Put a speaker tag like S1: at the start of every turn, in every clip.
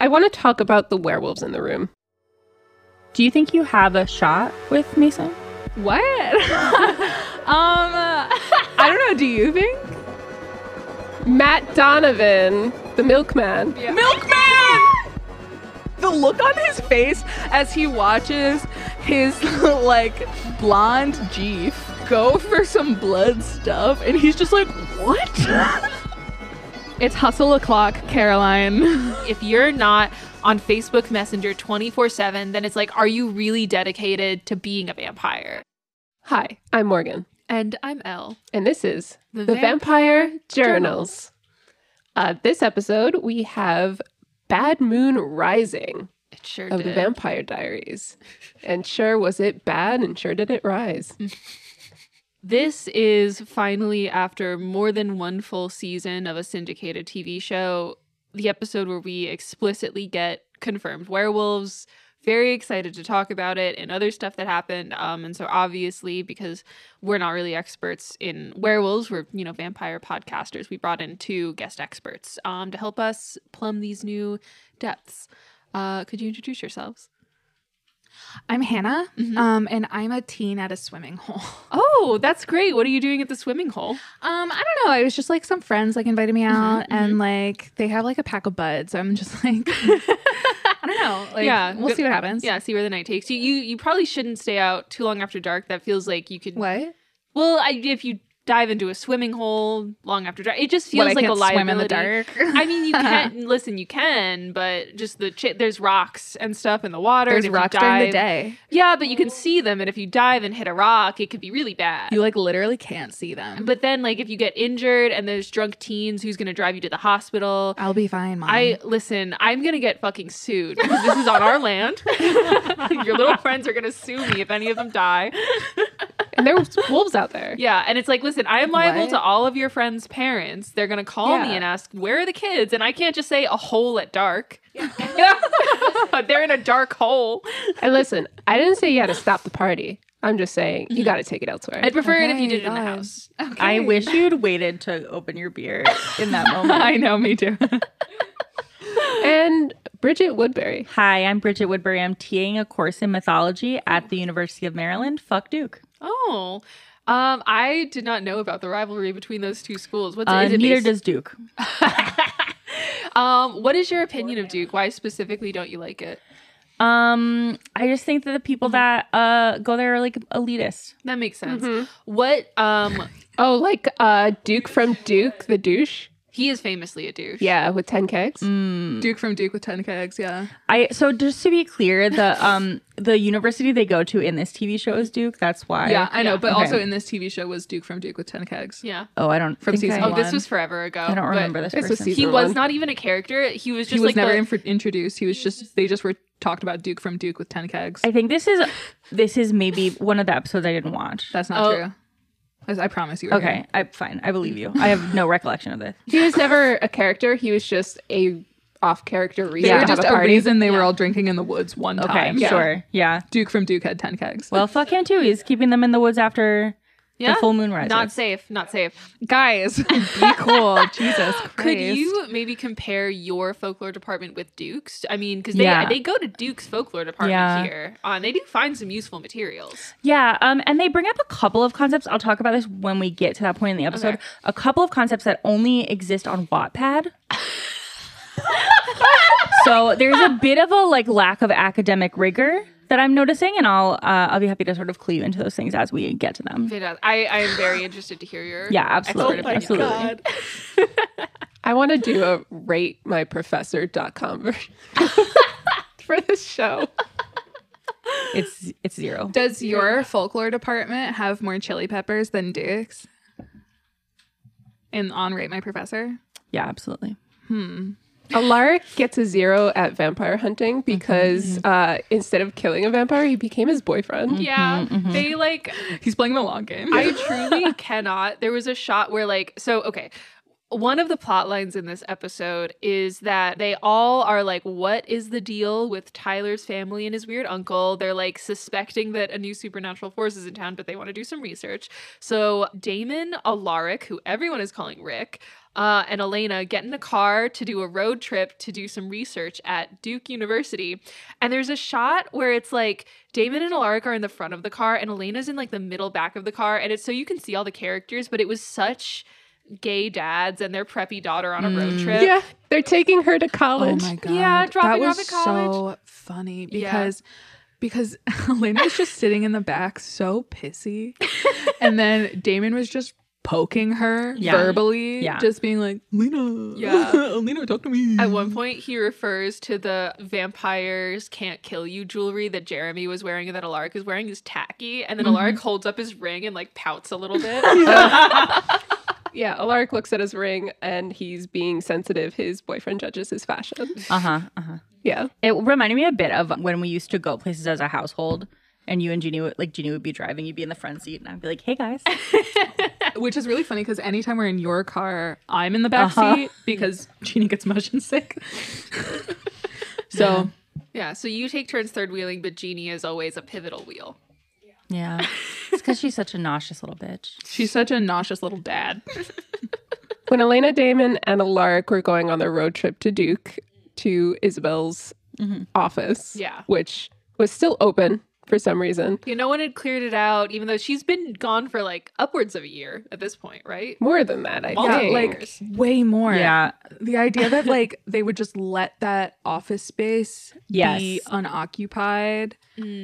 S1: I want to talk about the werewolves in the room.
S2: Do you think you have a shot with Mason?
S3: What? um, I don't know. Do you think?
S1: Matt Donovan, the milkman.
S3: Yeah. Milkman! the look on his face as he watches his like blonde Jeep go for some blood stuff, and he's just like, what? it's hustle o'clock, Caroline.
S4: If you're not on Facebook Messenger 24 7, then it's like, are you really dedicated to being a vampire?
S1: Hi, I'm Morgan,
S4: And I'm Elle.
S1: and this is
S4: The
S1: The Vampire, Journals.
S4: Journals.
S1: Uh, this episode, we have Bad Moon Rising
S4: It sure
S1: of the
S4: did.
S1: Vampire Diaries. And sure was it bad, and sure did it rise.
S4: This is finally, after more than one full season of a syndicated TV show, the episode where we explicitly get confirmed werewolves. Very excited to talk about it and other stuff that happened. Um, and so, obviously, because we're not really experts in werewolves, we're, you know, vampire podcasters, we brought in two guest experts um, to help us plumb these new depths. Uh, could you introduce yourselves?
S3: I'm Hannah,
S4: Mhm.
S3: um, and I'm a teen at a swimming hole.
S4: Oh, that's great. What are you doing at the swimming hole?
S3: Um, I don't know. It was just like some friends like invited me out,
S4: Mhm,
S3: and like they have like a pack of buds. So I'm just like, I don't know. Like,
S4: Yeah,
S3: we'll
S4: good-
S3: see what happens.
S4: Yeah, see where the night takes you. You you probably shouldn't stay out too long after dark. That feels like you could.
S3: What?
S4: Well, I, if you dive into a swimming hole long after dark, it just
S3: What,
S4: feels
S3: I
S4: like a
S3: can't
S4: liability.
S3: swim in the dark.
S4: I mean, you can listen. You can, but just the ch- there's rocks and stuff in the water. and
S3: There's
S4: if you
S3: rocks during the
S4: dive-
S3: day.
S4: Yeah, but you can see them, and if you dive and hit a rock, it could be really bad.
S3: You like literally can't see them.
S4: but then, like, if you get injured and there's drunk teens, who's going to drive you to the hospital?
S3: I'll be fine, mom.
S4: I listen. I'm gonna get fucking sued because this is on our land. Your little friends are gonna sue me if any of them die.
S1: And there was wolves out there.
S4: Yeah, and it's like, listen, I am liable
S3: What?
S4: to all of your friends' parents. They're gonna call me
S3: Yeah.
S4: and ask where are the kids, and I can't just say a hole at dark. They're in a dark hole.
S1: And listen, I didn't say you had to stop the party. I'm just saying you got to take it elsewhere.
S4: I'd prefer it if you
S3: Okay,
S4: did it in the
S3: God.
S4: house.
S3: Okay.
S2: I wish you'd waited to open your beer in that moment.
S3: I know, me too.
S1: And Bridget Woodbury.
S2: Hi, I'm Bridget Woodbury. I'm TAing a course in mythology at the University of Maryland. Fuck Duke.
S4: Oh. Um, I did not know about the rivalry between those two schools. What's
S2: Uh,
S4: is it
S2: neither
S4: based-
S2: does Duke.
S4: um, what is your opinion of Duke? Why specifically don't you like it?
S2: Um, I just think that the people
S3: Mm-hmm.
S2: that uh go there are like elitist.
S4: That makes sense. What um
S1: Oh, like uh, Duke from Duke, the douche.
S4: He is famously a douche.
S1: Yeah, with 10 kegs.
S3: Duke from Duke with 10 kegs, yeah.
S2: I so just to be clear, the um the university they go to in this TV show is Duke. That's why.
S3: yeah, I know.
S4: yeah.
S3: But
S2: Okay.
S3: also in this TV show was Duke from Duke with 10 kegs.
S4: Yeah.
S2: Oh, I don't
S3: From
S2: think
S3: season
S2: I,
S4: Oh,
S3: one. Oh,
S4: this was forever ago.
S2: I don't
S4: but
S2: remember this.
S1: This was
S2: person.
S1: season
S4: He
S1: Either
S4: was
S1: one.
S4: not even a character. He was just
S3: he was
S4: like
S3: never
S4: the,
S3: infor- introduced. He was just, they just were talked about Duke from Duke with 10 kegs.
S2: I think this is this is maybe one of the episodes I didn't watch.
S3: That's not
S4: Oh.
S3: true. I, I promise you. were
S2: Okay, I fine. I believe you. I have no recollection of this.
S1: He was never a character. He was just a off character reason.
S3: They
S1: to
S3: were
S1: have
S3: just
S1: a
S3: a,
S1: party.
S3: reason they were all drinking in the woods one
S2: Okay,
S3: time.
S2: sure. Yeah.
S3: Duke from Duke had 10 kegs.
S2: Well, fuck him too. He's keeping them in the woods after
S4: yeah?
S2: the full moon rises.
S4: Not safe. Not safe.
S3: guys, be cool. Jesus Christ.
S4: Could you maybe compare your folklore department with Duke's? I mean, because they
S2: Yeah.
S4: they go to Duke's folklore department
S2: Yeah.
S4: here. Uh, and they do find some useful materials.
S2: yeah. Um, and they bring up a couple of concepts. I'll talk about this when we get to that point in the episode.
S4: Okay.
S2: A couple of concepts that only exist on Wattpad. so there's a bit of a like lack of academic rigor that I'm noticing, and I'll uh, I'll be happy to sort of clue you into those things as we get to them.
S4: Fantastic. uh, I, I am very interested to hear your
S2: Yeah,
S4: expert
S2: absolutely,
S4: opinion.
S2: absolutely.
S1: I want to do a ratemyprofessor.com version for this show.
S2: It's it's zero.
S3: Does your folklore department have more chili peppers than Duke's? And on Rate My Professor?
S2: Yeah, absolutely.
S1: Alaric gets a zero at vampire hunting because uh, instead of killing a vampire, he became his boyfriend.
S4: Yeah.
S2: Mm-hmm,
S4: They like
S3: He's playing the long game.
S4: I truly cannot. There was a shot where, like, so, okay. One of the plot lines in this episode is that they all are like, What is the deal with Tyler's family and his weird uncle? They're like suspecting that a new supernatural force is in town, but they want to do some research. So, Damon Alaric, who everyone is calling Rick, uh, and Elena get in the car to do a road trip to do some research at Duke University. And there's a shot where it's like Damon and Alaric are in the front of the car, and Elena's in like the middle back of the car. And it's so you can see all the characters, but it was such gay dads and their preppy daughter on a road
S3: Mm.
S4: trip.
S1: Yeah, they're taking her to college.
S4: Yeah, dropping
S3: Oh that
S4: off
S3: was
S4: at college.
S3: so funny
S4: Yeah.
S3: because because Elena was just sitting in the back, so pissy, and then Damon was just poking her
S2: Yeah.
S3: verbally,
S2: Yeah.
S3: just being like, "Lena,
S4: Yeah.
S3: Lena, talk to me."
S4: At one point, he refers to the vampires can't kill you jewelry that Jeremy was wearing and that Alaric is wearing is tacky. And then Alaric
S2: Mm-hmm.
S4: holds up his ring and like pouts a little bit.
S1: Yeah, Alaric looks at his ring and he's being sensitive. His boyfriend judges his fashion.
S2: Uh huh. Uh huh.
S1: Yeah.
S2: It reminded me a bit of when we used to go places as a household, and you and Jeannie would like Jeannie would be driving, you'd be in the front seat, and I'd be like, "Hey guys,
S3: which is really funny because anytime we're in your car, I'm in the back
S2: Uh-huh.
S3: seat because Gina gets motion sick. so
S4: yeah, so you take turns third wheeling, but Jeannie is always a pivotal wheel.
S2: yeah." It's because she's such a nauseous little bitch.
S3: she's such a nauseous little dad.
S1: When Elena Damon and Alaric were going on their road trip to Duke to Isabel's office,
S4: Yeah.
S1: which was still open for some reason,
S4: You know, no one had cleared it out, even though she's been gone for like upwards of a year at this point, right?
S1: more than that, I
S4: Yeah,
S1: think.
S4: like-
S3: Way more.
S2: Yeah.
S3: The idea that like they would just let that office space
S2: Yes.
S3: be unoccupied.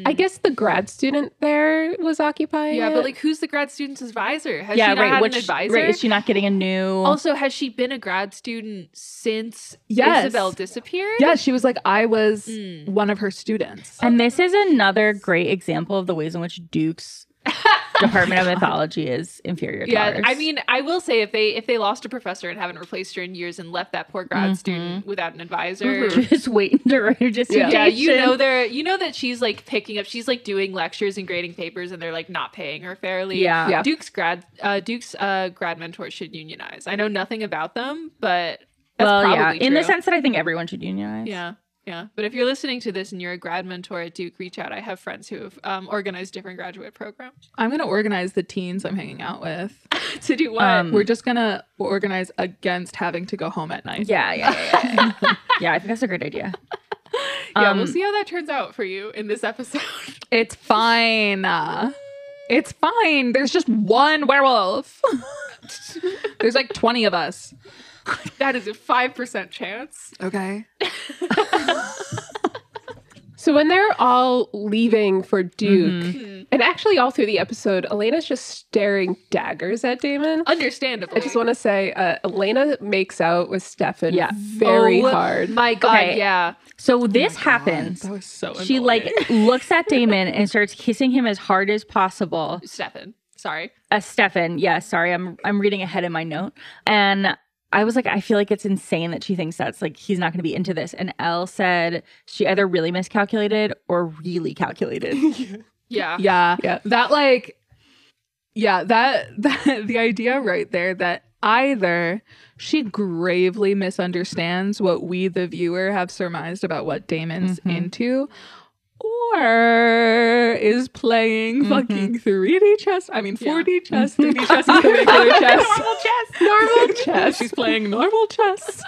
S1: I guess the grad student there was occupying.
S4: yeah,
S1: it.
S4: but like, who's the grad student's advisor? Has
S2: yeah,
S4: she not
S2: right.
S4: had
S2: Which
S4: an advisor?
S2: right? Is she not getting a new?
S4: also, has she been a grad student since
S3: Yes.
S4: Isabel disappeared?
S3: Yeah, she was like, I was
S4: Mm.
S3: one of her students.
S2: and this is another great example of the ways in which Duke's Department of Mythology is inferior. To
S4: Yeah,
S2: ours.
S4: I mean, I will say if they if they lost a professor and haven't replaced her in years and left that poor
S2: Mm-hmm.
S4: grad student without an advisor,
S2: just waiting to write her dissertation.
S4: mm. yeah, you know they're you know that she's like picking up. She's like doing lectures and grading papers, and they're like not paying her fairly.
S2: Yeah.
S1: Yeah.
S4: Duke's grad uh, Duke's uh, grad mentors should unionize. I know nothing about them, but that's
S2: well, yeah,
S4: probably
S2: in the
S4: true.
S2: sense that I think everyone should unionize.
S4: yeah. Yeah, but if you're listening to this and you're a grad mentor at Duke, reach out. I have friends who have um, organized different graduate programs
S3: I'm gonna organize the teens I'm hanging out with.
S4: to do what?
S2: Um,
S3: We're just gonna organize against having to go home at night.
S2: yeah, yeah, yeah. Yeah, Yeah, I think that's a great idea.
S4: yeah, we'll
S2: um,
S4: see how that turns out for you in this episode.
S3: It's fine. Uh, It's fine. There's just one werewolf. There's like 20 of us.
S4: That is a 5% chance.
S3: Okay.
S1: So when they're all leaving for Duke, Mm-hmm. and actually all through the episode, Elena's just staring daggers at Damon.
S4: Understandable.
S1: I just want to say, uh, Elena makes out with Stefan very hard.
S4: Oh My God,
S2: Okay.
S4: yeah.
S2: So
S4: Oh
S2: this happens.
S3: That was so
S2: She like looks at Damon and starts kissing him as hard as possible.
S4: Stefan, sorry.
S2: Uh, Stefan, yeah, sorry, I'm I'm reading ahead in my note, and I was like, I feel like it's insane that she thinks that's like he's not going to be into this. And Elle said she either really miscalculated or really calculated.
S4: Yeah.
S3: yeah.
S1: Yeah.
S3: That like yeah, that, that the idea right there that either she gravely misunderstands what we the viewer have surmised about what Damon's
S2: Mm-hmm.
S3: into or is playing
S2: Mm-hmm.
S3: fucking 3D chess. I mean 4D chess, 3D chess is the regular chess. normal chess. She's playing normal chess.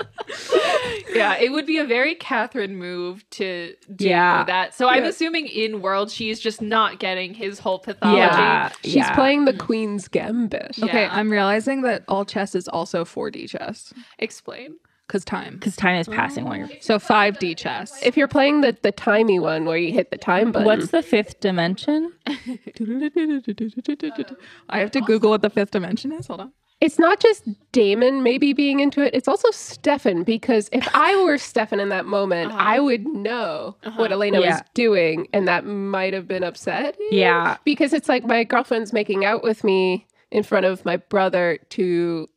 S4: Yeah. It would be a very Catherine move to do
S2: Yeah.
S4: that. So I'm
S1: Yeah.
S4: assuming in world, she is just not getting his whole pathology.
S1: She's playing the Queen's Gambit.
S4: Yeah.
S3: Okay, I'm realizing that all chess is also 4D chess
S4: Explain.
S3: because time.
S2: because time is passing while you're.
S3: So 5D chess.
S1: If you're playing the, the timey one where you hit the time button,
S2: What's the fifth dimension?
S3: I have to Google what the fifth dimension is. Hold on.
S1: it's not just Damon maybe being into it, it's also Stefan. Because if I were Stefan in that moment, I would know what Elena
S2: Uh-huh. Yeah.
S1: was doing, and that might have been upset.
S2: Yeah.
S1: Because it's like my girlfriend's making out with me in front of my brother to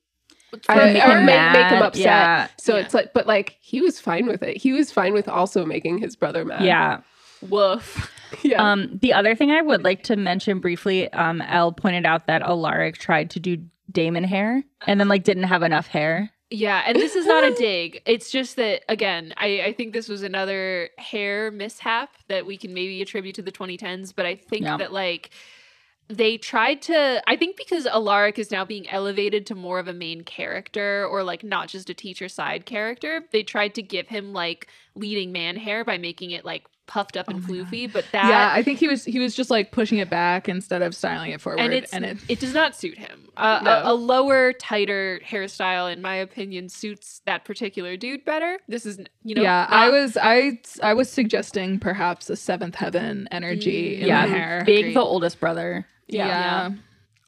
S1: I,
S2: Or make
S1: or
S2: him
S1: make, make him
S2: mad,
S1: upset.
S2: yeah.
S1: So it's like, but like he was fine with it. He was fine with also making his brother mad.
S2: Yeah.
S4: Woof.
S1: yeah.
S2: Um, the other thing I would like to mention briefly, um, Elle pointed out that Alaric tried to do Damon hair and then like didn't have enough hair.
S4: Yeah, and this is not a dig. It's just that again, I, I think this was another hair mishap that we can maybe attribute to the 2010s, but I think
S2: Yeah.
S4: that like they tried to I think because Alaric is now being elevated to more of a main character or like not just a teacher side character, they tried to give him like leading man hair by making it like puffed up and floofy, but that
S3: yeah, I think he was he was just like pushing it back instead of styling it forward,
S4: and, it's,
S3: it
S4: it, does not suit him. Uh,
S3: No.
S4: a, a lower, tighter hairstyle, in my opinion, suits that particular dude better. This is, you know, uh,
S3: yeah,
S4: not-
S3: I was I I was suggesting perhaps a seventh heaven energy in
S2: yeah,
S3: the hair.
S2: big
S4: Agreed.
S2: the oldest brother.
S3: yeah.
S4: Yeah.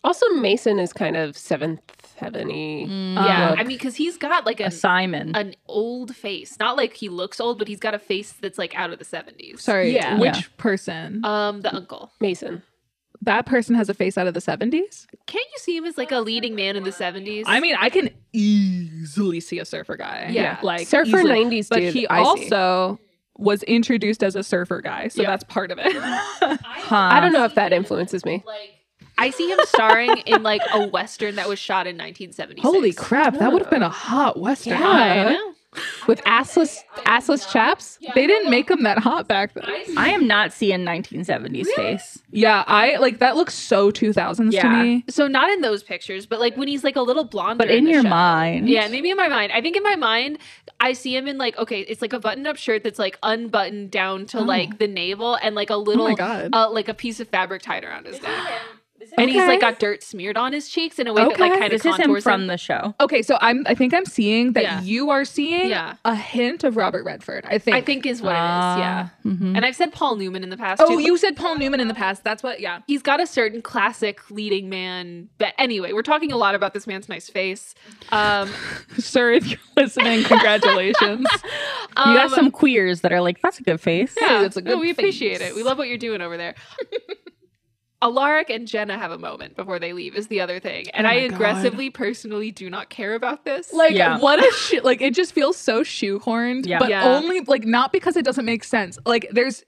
S1: Also, Mason is kind of seventh heaven-y.
S2: Mm.
S4: yeah.
S3: um,
S1: look.
S4: I mean, because he's got like
S2: A
S4: an,
S2: Simon.
S4: an old face, not like he looks old, but he's got a face that's like out of the seventies.
S3: Sorry,
S2: Yeah.
S3: which
S2: Yeah.
S3: person?
S4: um, the uncle.
S1: Mason.
S3: that person has a face out of the seventies.
S4: Can't you see him as like a leading man in the seventies?
S3: I mean, I can easily see a surfer guy.
S4: Yeah.
S3: like
S1: Surfer
S3: easily.
S1: 90s
S3: but
S1: dude,
S3: he
S1: I see.
S3: also was introduced as a surfer guy, so
S4: Yeah.
S3: that's part of it.
S2: huh.
S1: I don't know if that influences me.
S4: I see him starring in like a western that was shot in nineteen seventy.
S3: Holy crap, that would have been a hot western.
S1: Yeah. With assless assless chaps?
S3: They didn't make him that hot back then.
S2: I am not seeing 1970s face.
S3: Yeah, I like that looks so 2000s to
S2: Yeah.
S3: me.
S4: So not in those pictures, but like when he's like a little blonde.
S2: But in
S4: the
S2: your
S4: show.
S2: mind.
S4: Yeah, maybe in my mind. I think in my mind, I see him in like okay, it's like a button-up shirt that's like unbuttoned down to
S2: Oh.
S4: like the navel and like a little,
S3: God.
S4: uh, like a piece of fabric tied around his neck. And he's like got dirt smeared on his cheeks in a way that like
S3: Okay.
S4: kind of
S2: This is him
S4: contours
S2: from the show.
S3: Okay, so I'm I think I'm seeing that
S4: Yeah.
S3: you are seeing
S4: Yeah.
S3: a hint of Robert Redford. I think
S4: I think is what it is. Yeah.
S2: Mhm.
S4: And I've said Paul Newman in the past.
S3: Oh,
S4: too.
S3: you said Paul Newman in the past. That's what yeah.
S4: He's got a certain classic leading man. But anyway, we're talking a lot about this man's nice face. Um,
S3: Sir, if you're listening, congratulations.
S2: You
S4: um,
S2: got some queers that are like, that's a good face.
S4: Yeah,
S3: that's a
S4: no,
S3: good
S4: we appreciate
S3: face.
S4: it. We love what you're doing over there. Alaric and Jenna have a moment before they leave is the other thing, and
S3: Oh
S4: I
S3: my God.
S4: aggressively personally do not care about this.
S3: Like
S2: Yeah.
S3: what a shit! Like it just feels so shoehorned,
S2: Yeah.
S3: but
S4: Yeah.
S3: only like not because it doesn't make sense. Like there's,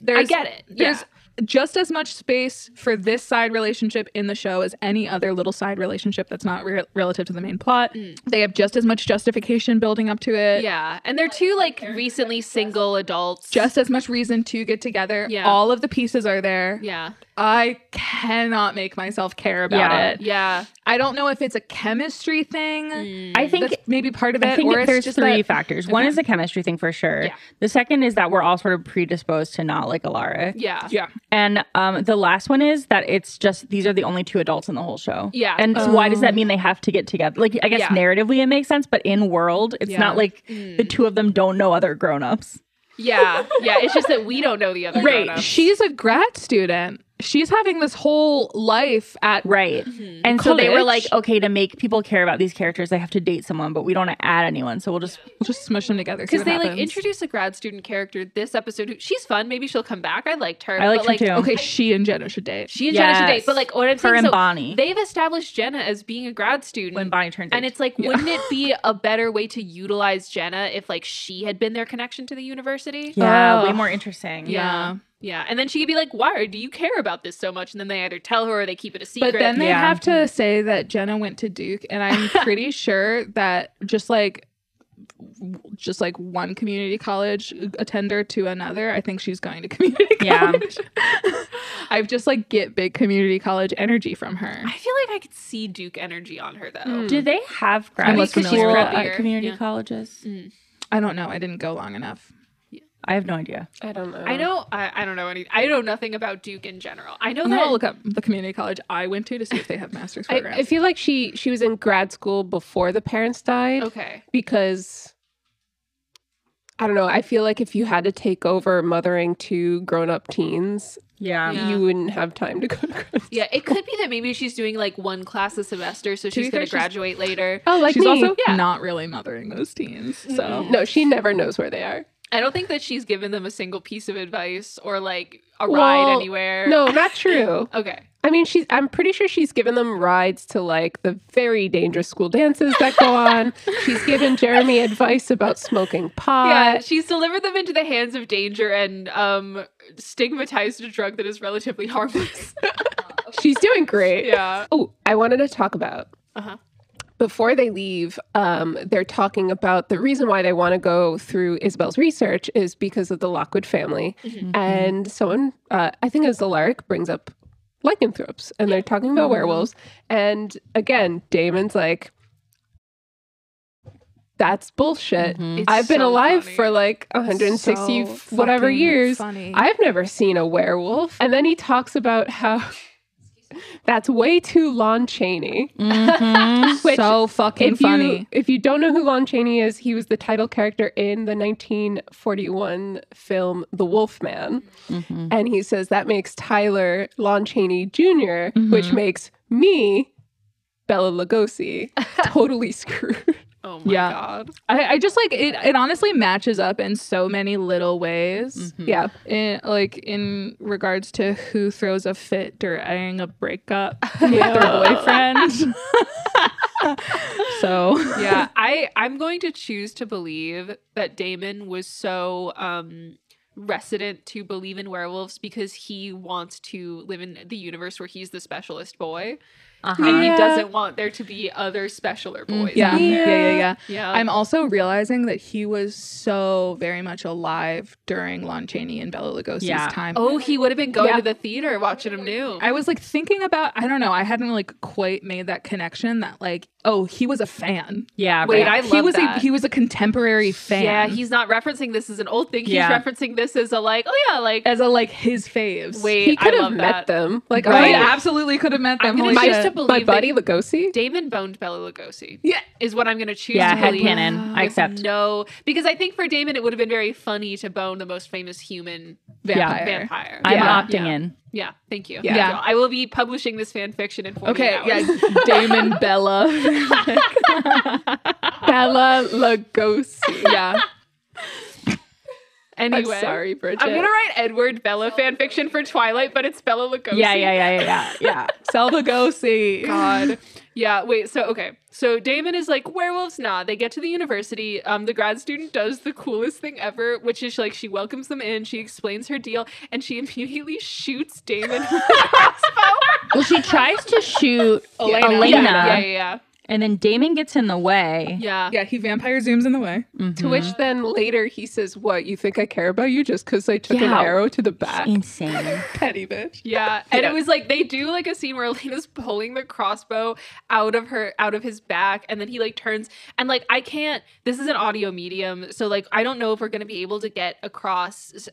S3: there's
S4: I get it. Yeah.
S3: There's just as much space for this side relationship in the show as any other little side relationship that's not re- relative to the main plot.
S2: Mm.
S3: They have just as much justification building up to it.
S4: yeah, and they're two like recently single adults.
S3: Just as much reason to get together.
S4: Yeah.
S3: All of the pieces are there.
S4: yeah,
S3: I cannot make myself care about
S2: Yeah.
S3: it.
S4: yeah.
S3: I don't know if it's a chemistry thing.
S2: Mm. I think
S3: That's maybe part of it.
S2: I think
S3: or it's
S2: there's
S3: just
S2: three
S3: that-
S2: factors. One is the chemistry thing for sure.
S4: Yeah.
S2: The second is that we're all sort of predisposed to not like Alaric.
S4: Yeah.
S3: Yeah.
S2: And um, the last one is that it's just these are the only two adults in the whole show.
S4: Yeah.
S2: And so why does that mean they have to get together? Like I guess
S4: Yeah.
S2: narratively it makes sense, but in world, it's
S3: Yeah.
S2: not like the two of them don't know other grown-ups.
S4: yeah, yeah. It's just that we don't know the other
S3: Right.
S4: grown-ups.
S3: She's a grad student. She's having this whole life at
S2: Right. And so they were
S3: College.
S2: like, okay, to make people care about these characters, they have to date someone, but we don't want to add anyone. So we'll just
S3: we'll just smush them together. see
S4: because
S3: what
S4: they like
S3: happens.
S4: introduce a grad student character this episode. Who, she's fun. Maybe she'll come back. I liked her.
S2: I liked her
S4: like
S2: too.
S3: Okay, she and Jenna should date.
S4: She and Jenna should date,
S2: Yes.
S4: but like what I'm
S2: her
S4: saying,
S2: and
S4: so
S2: Bonnie.
S4: they've established Jenna as being a grad student
S2: when Bonnie turns
S4: And
S2: eight.
S4: it's like, wouldn't it be a better way to utilize Jenna if like she had been their connection to the university?
S2: yeah,
S3: Ugh.
S2: way more interesting.
S3: Yeah.
S4: Yeah. And then she could be like, why do you care about this so much? And then they either tell her or they keep it a secret.
S3: But then they
S2: Yeah.
S3: have to say that Jenna went to Duke, and I'm pretty sure that just like just like one community college attender to another, I think she's going to community
S2: Yeah.
S3: college. I've just like get big community college energy from her.
S4: I feel like I could see Duke energy on her though.
S1: Mm.
S2: Do they have
S3: I'm
S2: grad
S3: less
S2: school
S3: familiar with
S2: at
S4: that.
S2: community
S4: Yeah.
S2: colleges?
S3: I don't know. I didn't go long enough.
S2: I have no idea.
S1: I don't know.
S4: I know I, I don't know any I know nothing about Duke in general. I know
S3: I'm gonna
S4: that
S3: look up the community college I went to to see if they have master's
S1: I,
S3: programs.
S1: I feel like she she was in grad school before the parents died
S4: Okay.
S1: because I don't know. I feel like if you had to take over mothering two grown up teens,
S2: Yeah.
S4: Yeah.
S1: you wouldn't have time to go to grad school.
S4: Yeah, it could be that maybe she's doing like one class a semester, so
S3: be fair,
S4: she's gonna
S3: she's-
S4: graduate later.
S1: Oh, like
S3: she's
S1: me.
S3: also
S4: yeah.
S3: not really mothering those teens. So
S1: no, she never knows where they are.
S4: I don't think that she's given them a single piece of advice or like a
S1: Well,
S4: ride anywhere.
S1: No, not true.
S4: Okay.
S1: I mean, she's. I'm pretty sure she's given them rides to like the very dangerous school dances that go on. she's given Jeremy advice about smoking pot.
S4: Yeah, she's delivered them into the hands of danger and um, stigmatized a drug that is relatively harmless.
S1: she's doing great.
S4: yeah.
S1: Oh, I wanted to talk about
S4: Uh-huh.
S1: before they leave. Um, they're talking about the reason why they want to go through Isabel's research
S3: Mm-hmm.
S1: is because of the Lockwood family, and someone, uh, I think it was Alaric, brings up lycanthropes and they're talking
S3: Oh.
S1: about werewolves. And again, Damon's like, that's bullshit.
S3: Mhm.
S1: I've been
S4: so
S1: alive
S4: funny.
S1: for like 160
S3: So
S1: f- whatever
S3: fucking
S1: years.
S3: Funny.
S1: I've never seen a werewolf. And then he talks about how that's way too Lon Chaney.
S2: Mm-hmm.
S1: Which,
S3: so fucking
S1: If you,
S3: funny.
S1: if you don't know who Lon Chaney is, he was the title character in the 1941 film The Wolfman.
S2: Mhm.
S1: And he says that makes Tyler Lon Chaney junior
S4: Mm-hmm.
S1: which
S2: Mhm.
S1: makes me, Bella Lugosi, totally screwed.
S4: Oh my
S3: Yeah.
S4: god.
S3: I, I just like it. It honestly matches up in so many little ways.
S1: Yeah.
S3: In, like in regards to who throws a fit during a breakup with
S1: Yeah.
S3: their boyfriend. so
S4: yeah i i'm going to choose to believe that damon was so um resident to believe in werewolves because he wants to live in the universe where he's the specialist boy
S2: Uh-huh.
S4: and he
S1: Yeah.
S4: doesn't want there to be other specialer boys
S3: yeah, yeah,
S4: out
S3: yeah,
S4: there.
S3: yeah,
S4: yeah
S3: I'm also realizing that he was so very much alive during Lon Chaney and Bella Lugosi's
S2: Yeah.
S3: time.
S4: oh he would have been going
S1: Yeah.
S4: to the theater watching him new
S3: I was like thinking about I don't know I hadn't like quite made that connection that like oh he was a fan
S2: Yeah.
S4: Wait, I
S2: right.
S3: he
S4: love
S3: was
S4: that.
S3: a he was a contemporary fan
S4: yeah he's not referencing this as an old thing he's
S2: Yeah.
S4: referencing this as a like oh yeah like
S3: as a like his faves
S4: wait
S1: He could
S4: I
S1: have
S4: love
S1: met
S4: that.
S1: them. Like, oh,
S3: Right.
S1: yeah,
S3: absolutely could have met them.
S4: I'm gonna
S3: Holy
S4: choose
S3: shit.
S4: to
S1: my
S4: believe
S1: buddy
S4: that
S1: Lugosi.
S4: Damon boned Bella Lugosi.
S3: Yeah.
S4: is what I'm going to choose.
S2: Yeah,
S4: to believe.
S2: headcanon.
S4: With
S2: I accept.
S4: No, because I think for Damon it would have been very funny to bone the most famous human
S3: Vampire.
S4: vampire.
S2: I'm
S3: Yeah.
S2: opting in.
S4: Yeah, thank you.
S1: Yeah.
S4: Thank you. I will be publishing this fan fiction in 48
S3: Okay,
S4: hours.
S3: yeah, Damon Bella.
S1: Bella Lugosi.
S3: yeah.
S4: Anyway,
S1: I'm sorry, Bridget.
S4: I'm gonna write Edward Bella fan fiction for Twilight, but it's Bella Lugosi.
S2: Yeah, yeah, yeah, yeah, yeah, yeah.
S3: Selva Gosi.
S4: God. Yeah, wait, so okay. So Damon is like, werewolves, nah. They get to the university. Um, the grad student does the coolest thing ever, which is like she welcomes them in, she explains her deal, and she immediately shoots Damon with a crossbow.
S2: Well, she tries to shoot Elena,
S4: Yeah, yeah, yeah.
S2: and then Damon gets in the way.
S4: Yeah.
S3: Yeah, he vampire zooms in the way.
S1: To which
S4: Mm-hmm.
S1: then later he says, What, you think I care about you just because I took
S2: Yeah.
S1: an arrow to the back?
S2: Insane.
S3: Petty bitch.
S4: Yeah, and
S1: Yeah.
S4: it was like they do like a scene where Elena's pulling the crossbow out of her out of his back, and then he like turns and like I can't. This is an audio medium, so like I don't know if we're gonna be able to get across s-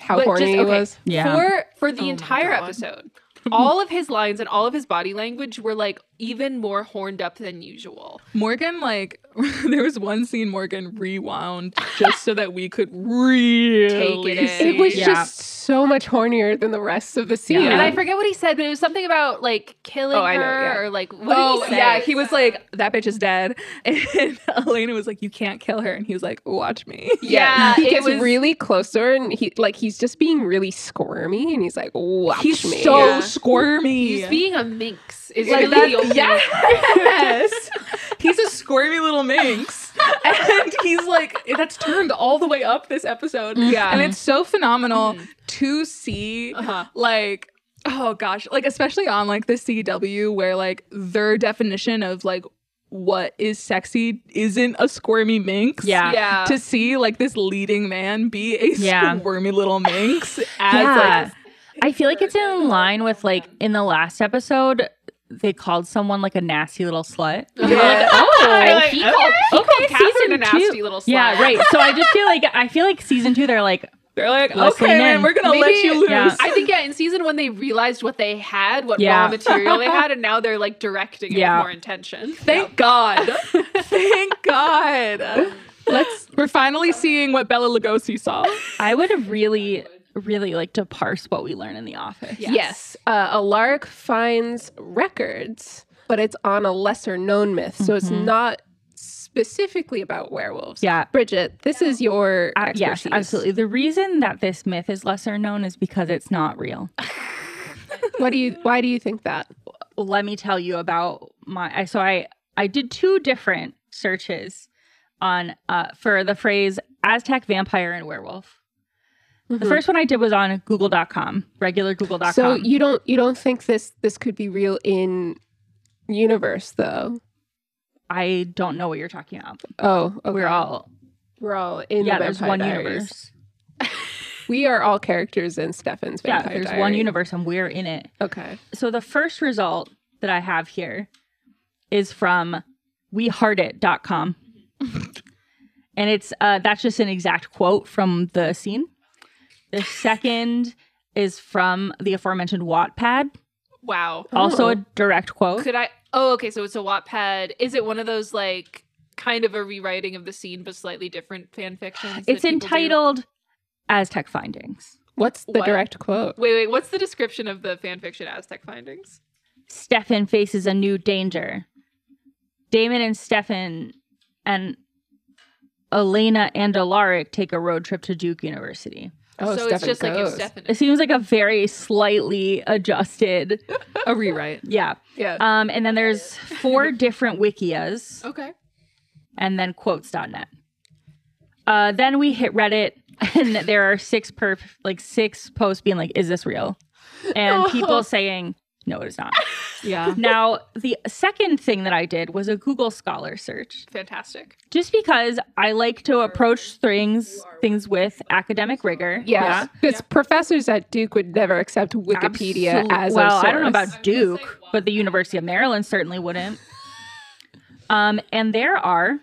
S1: How
S4: But just-
S1: horny he
S4: okay,
S1: was.
S2: Yeah.
S4: For for the
S3: Oh my
S4: entire
S3: God.
S4: episode, all of his lines and all of his body language were like even more horned up than usual.
S3: Morgan, like, there was one scene Morgan rewound just so that we could really
S4: in.
S3: see.
S1: It was
S2: Yeah.
S1: just so much hornier than the rest of the scene.
S2: Yeah.
S4: And I forget what he said, but it was something about like killing
S1: Oh, I
S4: her
S1: know, yeah.
S4: or like what
S3: Oh
S4: did he say?
S3: yeah, he was like, "That bitch is dead," and Elena was like, "You can't kill her," and he was like, "Watch me."
S4: yeah,
S1: he
S4: it
S1: gets
S4: was-
S1: really closer and he like he's just being really squirmy and he's like, Watch
S3: He's
S1: me.
S3: so
S4: Yeah.
S3: squirmy.
S4: He's being a minx. Is
S3: Like
S4: really
S3: that-
S4: the only
S3: yes. he's a squirmy little minx. And he's like, that's turned all the way up this episode.
S4: Yeah. Mm-hmm.
S3: And it's so phenomenal to see,
S4: Uh-huh.
S3: like, oh gosh, like, especially on like the CW, where like their definition of like what is sexy isn't a squirmy minx.
S2: Yeah.
S4: Yeah.
S3: To see like this leading man be a
S2: Yeah.
S3: squirmy little minx as
S2: yeah.
S3: like
S2: I feel like it's in line with like in the last episode they called someone like a nasty little slut.
S4: Yeah.
S2: oh,
S4: Uh-huh. Like,
S2: he
S4: oh,
S2: called, he
S4: okay,
S2: called
S4: Catherine
S2: season
S4: a nasty
S2: two.
S4: little slut.
S2: Yeah, right. So I just feel like I feel like season two they're like
S3: they're like,
S2: Let's
S3: okay,
S2: lean
S3: man,
S2: in.
S3: we're gonna let
S4: Maybe-
S3: you loose.
S2: yeah.
S4: I think yeah, in season one they realized what they had, what
S2: Yeah.
S4: raw material they had, and now they're like directing it
S2: Yeah.
S4: with more intention.
S3: Thank God. Thank God. Let's we're finally seeing what Bella Lugosi saw.
S2: I would have really really like to parse what we learn in the office.
S4: Yeah.
S1: Yes. Uh, Alaric finds records, but it's on a lesser known myth. So it's not specifically about werewolves.
S2: Mm-hmm. Yeah.
S1: Bridget, this is your
S2: Uh,
S1: expertise.
S2: yes, absolutely. The reason that this myth is lesser known is because it's not real.
S1: What do you why do you think that?
S2: let me tell you about my I so i i did two different searches on uh for the phrase aztec vampire and werewolf Mm-hmm. the
S1: Mhm.
S2: first one i did was on google.com regular google.com
S1: So you don't you don't think this this could be real in universe though?
S2: i don't know what you're talking about
S1: Oh, okay.
S2: we're all
S1: we're all in
S2: yeah
S1: the
S2: there's
S1: Vampire
S2: one
S1: Diaries.
S2: universe
S1: We are all characters in Stefan's
S2: Yeah,
S1: Vampire
S2: there's
S1: Diary.
S2: one universe and we're in it.
S1: Okay.
S2: So the first result that I have here is from weheartit.com. and it's uh, that's just an exact quote from the scene. The second is from the aforementioned Wattpad,
S4: Wow.
S2: also
S1: Oh.
S2: a direct quote.
S4: Could I? Oh, okay. So it's a Wattpad. Is it one of those like kind of a rewriting of the scene but slightly different fan fictions? that
S2: it's
S4: people do?
S2: entitled Aztec Findings.
S1: What's the
S4: What?
S1: direct quote?
S4: Wait, wait. What's the description of the fan fiction Aztec findings?
S2: Stefan faces a new danger. Damon and Stefan and Elena and Alaric take a road trip to Duke University.
S1: Oh,
S4: so it's
S1: Stefan
S4: just like if
S1: goes.
S4: Stefan.
S2: It seems like a very slightly adjusted.
S3: A rewrite.
S2: Yeah.
S1: Yeah.
S2: Um, and then there's four different wikias
S4: Okay.
S2: and then quotes.net. Uh, then we hit Reddit and there are six per like six posts being like, is this real? And people saying, no, it is not.
S3: Yeah.
S2: now, the second thing that I did was a Google Scholar search,
S4: Fantastic.
S2: just because I like to approach things things with academic rigor.
S1: yeah. Because professors at Duke would never accept Wikipedia
S2: Absol-
S1: as
S2: well.
S1: a source.
S2: I don't know about Duke, but the University of Maryland certainly wouldn't. Um, and there are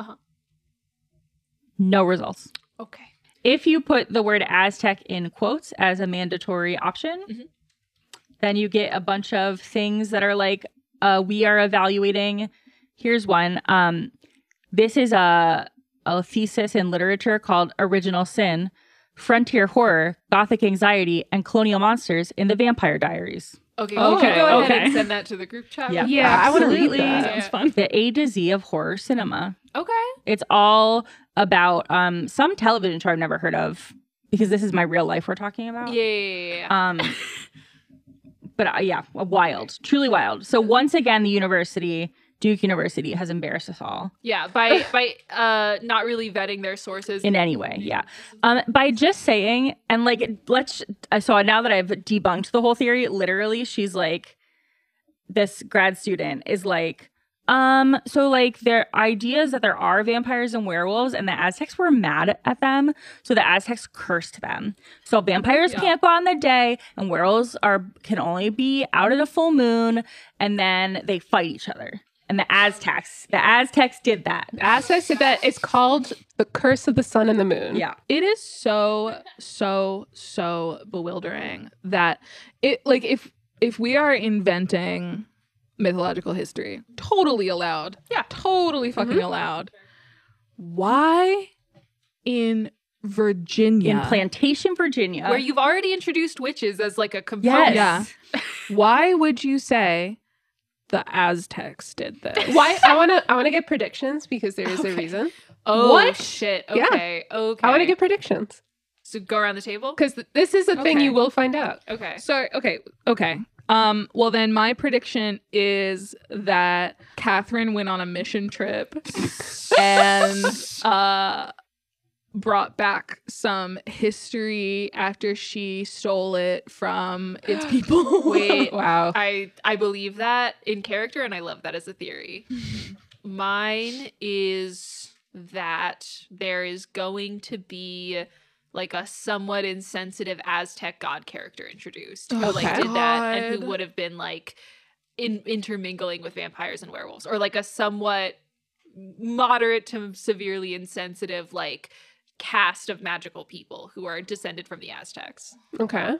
S4: Uh-huh.
S2: no results.
S4: Okay.
S2: If you put the word Aztec in quotes as a mandatory option,
S4: Mhm.
S2: then you get a bunch of things that are like, uh, we are evaluating. Here's one. Um, this is a, a thesis in literature called Original Sin, Frontier Horror, Gothic Anxiety, and Colonial Monsters in the Vampire Diaries.
S4: Okay.
S1: Oh,
S4: we can
S1: okay,
S4: go ahead
S2: okay.
S4: and send that to the group chat.
S2: Yeah.
S1: Yeah, I wanna read that.
S4: Sounds
S2: fun. The A to Z of horror cinema.
S4: Okay.
S2: It's all about um, some television show I've never heard of because this is my real life we're talking
S4: Yeah.
S2: about.
S4: yeah, yeah, yeah.
S2: Um, but uh, yeah, wild, truly wild. So once again, the university, Duke University, has embarrassed us all
S4: Yeah, by by uh not really vetting their sources.
S2: in any way. Yeah, um, by just saying and like let's. I saw now that I've debunked the whole theory. Literally, she's like, this grad student is like. Um, so like their ideas that there are vampires and werewolves, and the Aztecs were mad at them, so the Aztecs cursed them. So vampires
S4: Yeah.
S2: can't go out in the day, and werewolves are can only be out at a full moon, and then they fight each other. And the Aztecs, the Aztecs did that.
S1: As I said, that it's called The Curse of the Sun and the Moon.
S2: Yeah,
S3: It is so so so bewildering that it like if if we are inventing mythological history, totally allowed.
S4: Yeah.
S3: Totally fucking allowed. Why in Virginia?
S2: in Plantation, Virginia.
S4: where you've already introduced witches as like a component.
S2: yes,
S3: Yeah. Why would you say the Aztecs did this?
S1: Why? I want to. I want to get predictions because there is a reason.
S4: Oh
S3: What?
S4: shit.
S1: Yeah.
S4: Okay. Okay.
S1: I want to get predictions
S4: so go around the table.
S1: because this is a thing
S4: Okay.
S1: you will find out.
S4: Okay.
S3: So okay, okay. Um, well then my prediction is that Catherine went on a mission trip and uh brought back some history after she stole it from its people.
S4: Wait.
S1: Wow.
S4: I I believe that in character and I love that as a theory. Mine is that there is going to be like a somewhat insensitive Aztec god character introduced who like
S1: Okay.
S4: did that and who
S3: God.
S4: would have been like in intermingling with vampires and werewolves or like a somewhat moderate to severely insensitive like cast of magical people who are descended from the Aztecs.
S1: Okay.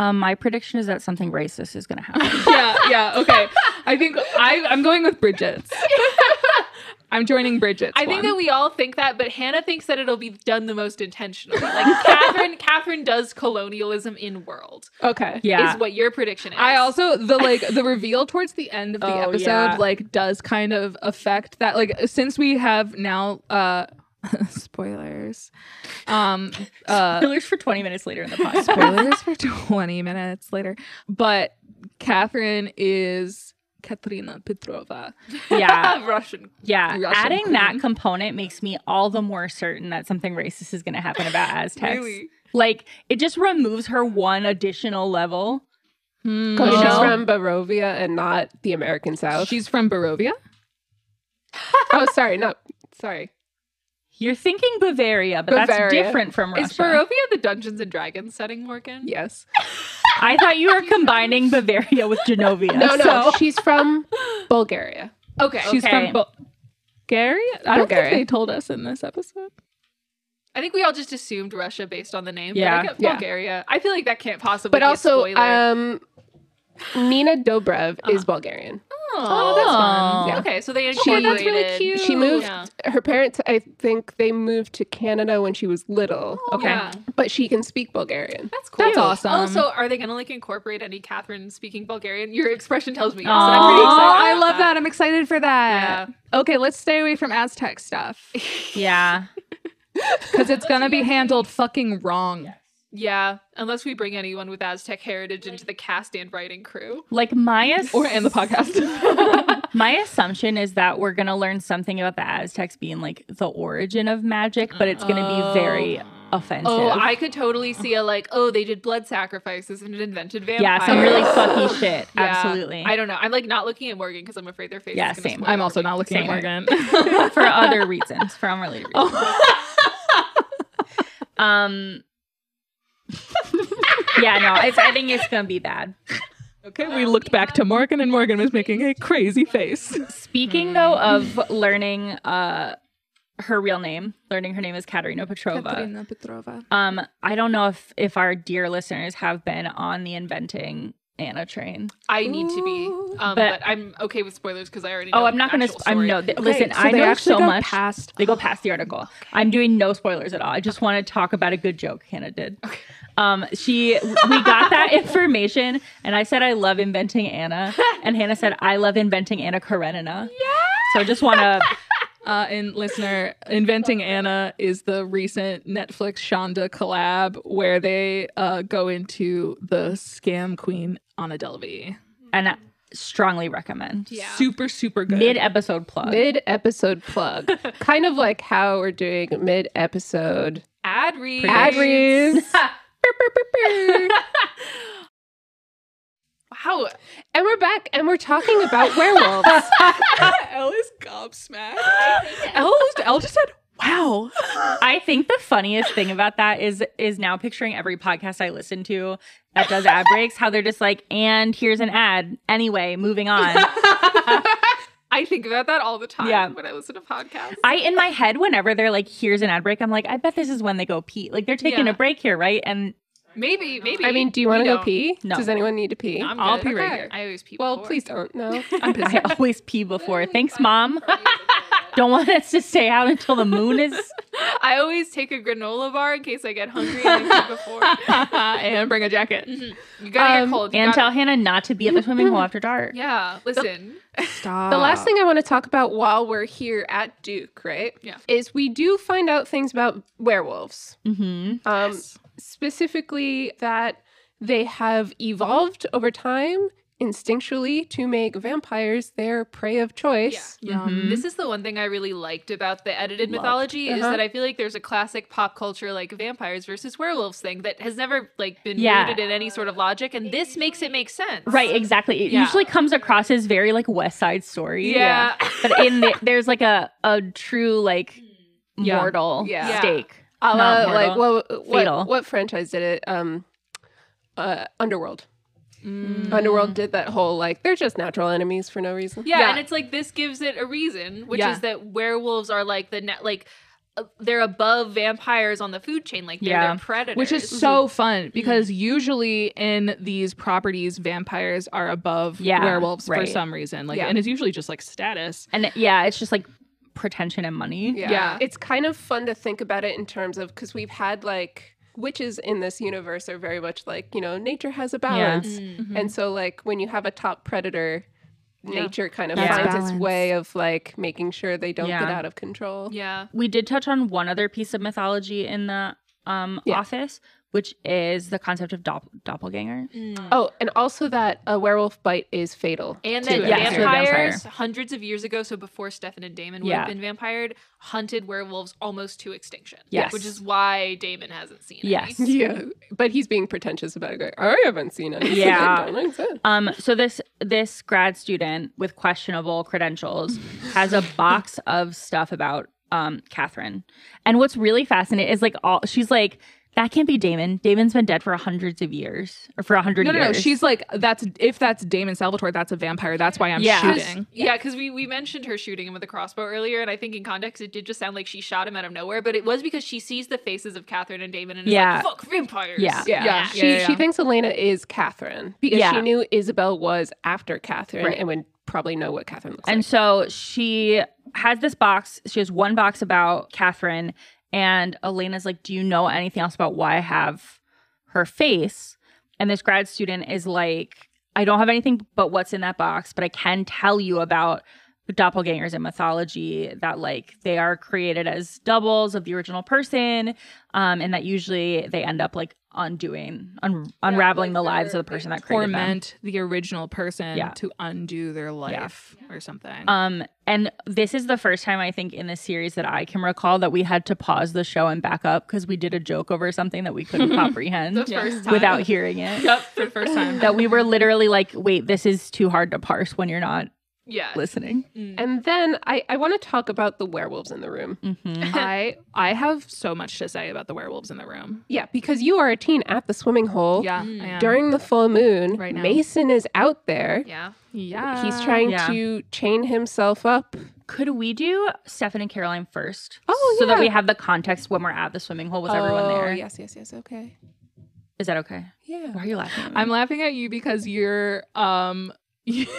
S2: Um, my prediction is that something racist is going to happen.
S3: yeah, yeah, okay. I think I, I'm going with Bridget's. I'm joining Bridget's.
S4: I think that we all think that, but Hannah thinks that it'll be done the most intentionally. Like Catherine, Catherine does colonialism in world
S1: Okay.
S2: yeah,
S4: is what your prediction is.
S3: I also the like the reveal towards the end of the
S2: Oh,
S3: episode
S2: yeah.
S3: like does kind of affect that like since we have now uh spoilers um uh
S2: Spoilers for twenty minutes later in the podcast.
S3: spoilers for 20 minutes later but Catherine is Katrina Petrova
S2: yeah,
S4: Russian.
S2: yeah.
S3: Russian
S2: Adding
S3: queen.
S2: that component makes me all the more certain that something racist is going to happen about Aztecs.
S4: Really?
S2: Like it just removes her one additional level.
S3: Hmm.
S1: Because
S2: You
S1: she's
S2: know?
S1: from Barovia and not the American South.
S3: she's from Barovia
S1: oh, sorry. No. Sorry.
S2: You're thinking Bavaria, but that's
S1: Bavaria.
S2: different from Russia.
S4: Is Barovia the Dungeons and Dragons setting, Morgan?
S1: Yes.
S2: I thought you were combining Bavaria with Genovia.
S1: No, no.
S2: so-
S1: She's from Bulgaria.
S4: Okay.
S1: She's
S2: Okay.
S1: from Bul-
S3: Gary? I don't
S1: Bulgaria.
S3: think they told us in this episode.
S4: I think we all just assumed Russia based on the name.
S2: Yeah.
S4: But I kept
S1: Yeah.
S4: Bulgaria. I feel like that can't possibly
S1: but
S4: be
S1: also
S4: a spoiler. Uh-huh.
S1: um Nina Dobrev is Bulgarian.
S4: oh, that's fun.
S1: Yeah.
S4: Okay, so they
S1: She- Oh,
S4: incorporated.
S1: that's
S3: really cute.
S1: She moved
S4: Yeah.
S1: her parents I think they moved to Canada when she was little,
S2: Okay.
S4: Yeah.
S1: but she can speak Bulgarian.
S4: Oh. That's cool.
S3: That's awesome.
S4: Also, are they going to like incorporate any Catherine speaking Bulgarian? Your expression tells me yes.
S2: Aw.
S4: And I'm pretty excited.
S2: Aw,
S4: about
S3: I love that. I'm excited for that. Okay, let's stay away from Aztec stuff
S2: yeah.
S3: because it's gonna be handled fucking wrong.
S4: Yeah, unless we bring anyone with Aztec heritage into the cast and writing crew.
S2: Like Maya
S3: Or in the podcast.
S2: My assumption is that we're gonna learn something about the Aztecs being like the origin of magic, but it's gonna be very offensive.
S4: Oh, I could totally see a like, oh, they did blood sacrifices and invented vampires.
S2: yeah, some really fucky shit.
S4: Yeah.
S2: Absolutely.
S4: I don't know. I'm like not looking at Morgan because I'm afraid their face.
S2: Yeah,
S4: is gonna
S2: same.
S4: spoil
S3: I'm also not looking at Morgan.
S2: for other reasons, for unrelated reasons. Oh. um. yeah, no, it's, I think it's gonna be bad.
S3: okay, we looked back to Morgan, and Morgan was making a crazy face.
S2: Speaking though of learning uh her real name, learning her name is Katerina Petrova.
S3: Petrova.
S2: Um, I don't know if if our dear listeners have been on the inventing Anna train.
S4: I need to be, um, but,
S2: But-
S4: I'm okay with spoilers because I already. Know
S2: Oh, I'm not going to.
S4: to.
S2: I'm no. th- listen, I know so much.
S3: past.
S2: they go past the article. I'm doing no spoilers at all. I just want to talk about a good joke Hannah did. Um, she we got that information, and I said I love inventing Anna, and Hannah said I love inventing Anna Karenina. Yeah. So I just want to.
S3: Uh, and listener, Inventing Anna is the recent Netflix Shonda collab where they uh, go into the scam queen Anna Delvey.
S2: and I strongly recommend
S4: Yeah.
S3: Super, super good.
S2: mid episode plug.
S1: Mid episode plug. kind of like how we're doing mid episode
S4: Ad read.
S1: ad reads.
S4: Wow.
S1: and we're back and we're talking about werewolves.
S3: Elle is gobsmacked. Elle, was- Elle just said, wow.
S2: I think the funniest thing about that is is now picturing every podcast I listen to that does ad breaks, how they're just like, and here's an ad. Anyway, moving on.
S4: I think about that all the time
S2: Yeah.
S4: when I listen to podcasts.
S2: I in my head, whenever they're like, here's an ad break, I'm like, I bet this is when they go pee. Like they're taking
S4: Yeah.
S2: a break here, right? And
S4: maybe, maybe.
S1: I mean, do you want to
S4: We
S1: go
S4: don't.
S1: pee?
S2: No.
S1: Does anyone need to pee?
S4: I'm
S3: I'll
S4: good.
S3: pee right
S4: Okay.
S3: here.
S4: I always pee.
S1: well,
S4: before.
S1: please don't. No.
S2: I always pee before. Thanks, mom. Don't want us to stay out until the moon is
S4: I always take a granola bar in case I get hungry and I pee before.
S3: and bring a jacket.
S4: You gotta
S1: Um,
S4: get cold. You
S2: and
S4: gotta-
S2: tell Hannah not to be at the swimming hole after dark.
S4: Yeah, listen.
S3: Stop.
S1: The
S2: Ah.
S1: last thing I want to talk about while we're here at Duke, right?
S4: Yeah.
S1: Is we do find out things about werewolves.
S2: Mm-hmm.
S1: Um, Specifically, that they have evolved over time instinctually to make vampires their prey of choice.
S4: Yeah.
S3: Mm-hmm.
S4: This is the one thing I really liked about the edited mythology is
S1: Uh-huh.
S4: that I feel like there's a classic pop culture like vampires versus werewolves thing that has never like been
S2: Yeah.
S4: rooted in any sort of logic, and this makes it make sense.
S2: Right, exactly. It
S4: Yeah.
S2: usually comes across as very like West Side Story.
S4: Yeah.
S2: but in the, there's like a a true like
S3: Mm. Yeah.
S2: mortal
S1: Yeah.
S2: stake.
S1: A la,
S2: Not
S1: like
S2: mortal.
S1: what,
S2: Fatal.
S1: what what franchise did it? Um, uh, Underworld.
S2: Mm.
S1: Underworld did that whole like they're just natural enemies for no reason.
S4: Yeah,
S3: Yeah.
S4: and it's like this gives it a reason, which
S3: Yeah.
S4: is that werewolves are like the net like uh, they're above vampires on the food chain, like they're
S2: Yeah.
S4: their predators,
S3: Which
S2: Mm-hmm.
S3: is so fun because usually in these properties, vampires are above
S2: Yeah,
S3: werewolves for
S2: right.
S3: some reason. Like,
S1: Yeah.
S3: and it's usually just like status.
S2: And it- yeah, it's just like pretension and money.
S1: Yeah.
S3: Yeah.
S1: It's kind of fun to think about it in terms of because we've had like witches in this universe are very much like, you know, nature has a balance.
S4: Mm-hmm.
S1: And so, like, when you have a top predator, nature kind of
S2: That's
S1: finds
S3: balance.
S1: its way of like making sure they don't
S2: Yeah.
S1: get out of control.
S4: yeah.
S2: We did touch on one other piece of mythology in the um
S1: Yeah.
S2: office, which is the concept of dop- doppelganger.
S3: Mm.
S1: Oh, and also that a werewolf bite is fatal.
S4: And
S1: to
S4: that
S1: the
S2: Yeah, to the vampire.
S4: vampires, hundreds of years ago, so before Stefan and Damon would
S2: Yeah.
S4: have been vampired, hunted werewolves almost to extinction.
S2: Yes.
S4: Which is why Damon hasn't seen any.
S2: Yes.
S1: Yeah, but he's being pretentious about it. Going, I haven't seen it.
S2: Yeah.
S1: don't exist.
S2: Um, so this this grad student with questionable credentials has a box of stuff about um Catherine. And what's really fascinating is like all she's like that can't be Damon. Damon's been dead for hundreds of years or for a hundred
S3: No, no,
S2: years.
S3: no. She's like, that's if that's Damon Salvatore, that's a vampire. That's why I'm
S2: Yeah.
S3: shooting.
S4: Yeah, because we, we mentioned her shooting him with a crossbow earlier, and I think in context it did just sound like she shot him out of nowhere, but it was because she sees the faces of Catherine and Damon and is
S2: Yeah.
S4: like, fuck vampires.
S2: Yeah.
S3: Yeah.
S4: Yeah.
S1: She she thinks Elena is Catherine because
S2: Yeah.
S1: she knew Isabel was after Catherine
S2: Right.
S1: and would probably know what Catherine looks
S2: and
S1: like.
S2: so she has this box. She has one box about Catherine, and Elena's like, "Do you know anything else about why I have her face?" And this grad student is like, "I don't have anything but what's in that box, but I can tell you about." doppelgangers in mythology that like they are created as doubles of the original person um and that usually they end up like undoing un- unraveling the lives of the person that created them
S3: Torment the original person
S2: Yeah.
S3: to undo their life or something.
S2: Um, and this is the first time I think in this series that I can recall that we had to pause the show and back up because we did a joke over something that we couldn't
S4: The
S2: comprehend
S4: first time.
S2: without hearing it.
S4: Yep, for the first time.
S2: that we were literally like, wait, this is too hard to parse when you're not
S4: yeah.
S2: listening.
S4: Mm.
S1: And then I, I want to talk about the werewolves in the room.
S2: Mhm.
S3: I I have so much to say about the werewolves in the room.
S1: Yeah, because you are a teen at the swimming
S2: Oh.
S1: hole
S3: Yeah,
S4: Mm.
S3: I am.
S1: during the full moon.
S3: Right now.
S1: Mason is out there.
S4: Yeah.
S3: yeah,
S1: He's trying
S2: Yeah.
S1: to chain himself up.
S2: Could we do Stefan and Caroline first?
S1: Oh,
S2: So that
S1: yeah.
S2: we have the context when we're at the swimming hole with everyone
S1: Oh,
S2: there. Is
S1: Yes, yes, yes. Okay.
S2: that okay?
S1: Yeah.
S2: Why are you laughing? at me?
S3: I'm laughing at you because you're um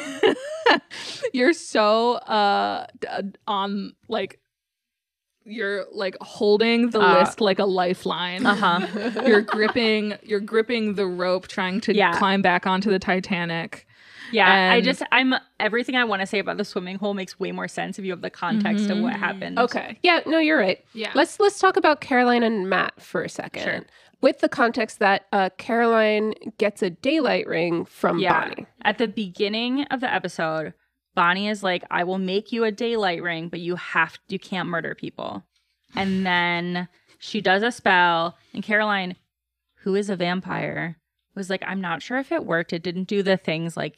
S3: you're so uh d- on like you're like holding the
S2: Uh.
S3: list like a lifeline.
S2: uh-huh.
S3: you're gripping you're gripping the rope trying to
S2: Yeah.
S3: climb back onto the Titanic.
S2: Yeah. I
S3: And-
S2: just I'm everything I want to say about the swimming hole makes way more sense if you have the context of
S3: Mhm.
S2: what happened.
S1: Mm-hmm. Okay. Yeah, no, you're right.
S4: Yeah.
S1: Let's let's talk about Caroline and Matt for a second.
S3: Sure.
S1: With the context that uh, Caroline gets a daylight ring from Bonnie.
S2: At the beginning of the episode, Bonnie is like, I will make you a daylight ring, but you have you can't murder people. And then she does a spell, and Caroline, who is a vampire, was like, I'm not sure if it worked. It didn't do the things like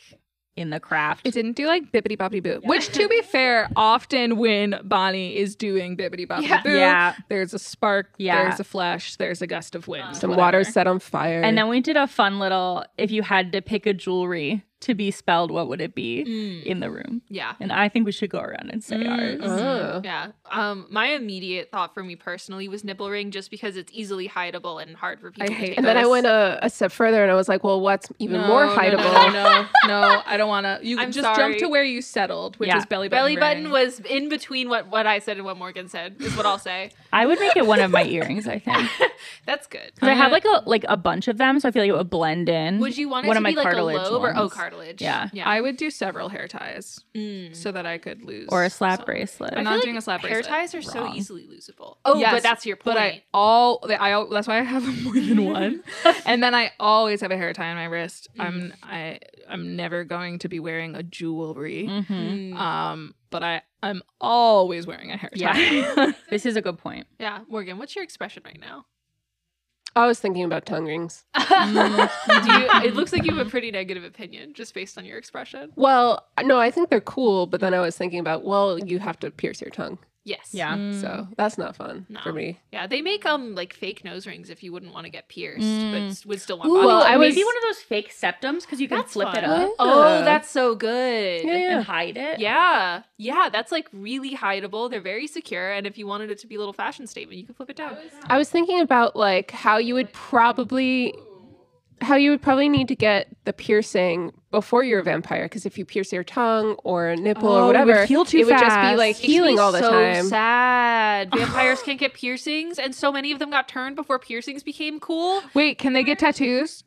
S2: in the craft.
S3: It didn't do like bippity boppity boo, which to be fair, often when Bonnie is doing bippity boppity
S4: Yeah.
S3: boo,
S2: Yeah.
S3: there's a spark,
S2: Yeah.
S3: there's a flash, there's a gust of wind.
S1: Some
S3: whatever.
S1: water set on fire.
S2: And then we did a fun little if you had to pick a jewelry to be spelled, what would it be
S4: Mm.
S2: in the room?
S4: Yeah.
S2: And I think we should go around and say
S3: Mm.
S2: ours.
S1: Oh.
S4: Yeah. Um, my immediate thought for me personally was nipple ring just because it's easily hideable and hard for people to
S3: hate
S4: take
S1: And then I
S4: notice.
S1: went a, a step further and I was like, well, what's even
S3: No,
S1: more
S3: no,
S1: hideable?
S3: No, no, no, I don't want to. You
S4: I'm
S3: just
S4: sorry.
S3: jump to where you settled, which
S2: Yeah.
S3: is belly button.
S4: Belly button
S3: ring.
S4: was in between what, what I said and what Morgan said, is what I'll say.
S2: I would make it one of my earrings, I think.
S4: That's good.
S2: Because I
S3: I'm
S2: have like a like a bunch of them, so I feel like it would blend in.
S4: Would you want it
S2: Um, One
S4: to
S2: of my
S4: be like a
S2: cartilage
S4: lobe or oh
S2: ones.
S4: cartilage?
S2: Yeah.
S4: yeah.
S3: I would do several hair ties
S4: Mm.
S3: so that I could lose.
S2: or a slap
S3: some-
S2: bracelet?
S3: I'm
S4: I
S3: not
S4: feel
S3: doing a slap
S4: Hair
S3: bracelet.
S4: ties are so
S2: Wrong.
S4: easily losable. Oh,
S3: Yes,
S4: but that's your point.
S3: But I all I al- that's why I have more than one, and then I always have a hair tie on my wrist.
S4: Mm.
S3: I'm I I'm never going to be wearing a jewelry.
S2: Mhm.
S4: Mm.
S3: Um, but I I'm always wearing a hair tie.
S2: Yeah, this is a good point.
S4: yeah, Morgan, what's your expression right now?
S1: I was thinking about tongue rings.
S4: Do you, it looks like you have a pretty negative opinion just based on your expression.
S1: Well, no, I think they're cool, but then I was thinking about, well, you have to pierce your tongue.
S4: Yes.
S2: Yeah,
S1: So
S3: Mm.
S1: that's not fun
S4: No.
S1: for me.
S4: Yeah, they make um like fake nose rings if you wouldn't want to get pierced, but
S2: Mm.
S4: s- would still want.
S1: Ooh,
S4: body
S1: Well, I
S4: warmth.
S1: was-
S2: maybe one of those fake septums because you can
S4: That's
S2: flip it
S4: fun.
S2: up
S4: Oh, that's so good.
S1: Yeah, yeah.
S2: and hide it.
S4: Yeah, yeah, that's like really hideable. They're very secure, and if you wanted it to be a little fashion statement, you could flip it down.
S1: I was thinking about like how you would probably how you would probably need to get the piercing before you're a vampire because if you pierce your tongue or a nipple
S3: Oh, it
S1: or
S3: would
S1: whatever,
S3: heal too
S1: it would just be
S3: fast.
S1: like
S4: Makes me
S1: healing all the
S4: so
S1: time.
S4: Sad. Vampires can't get piercings, and so many of them got turned before piercings became cool.
S3: Wait, can they get tattoos?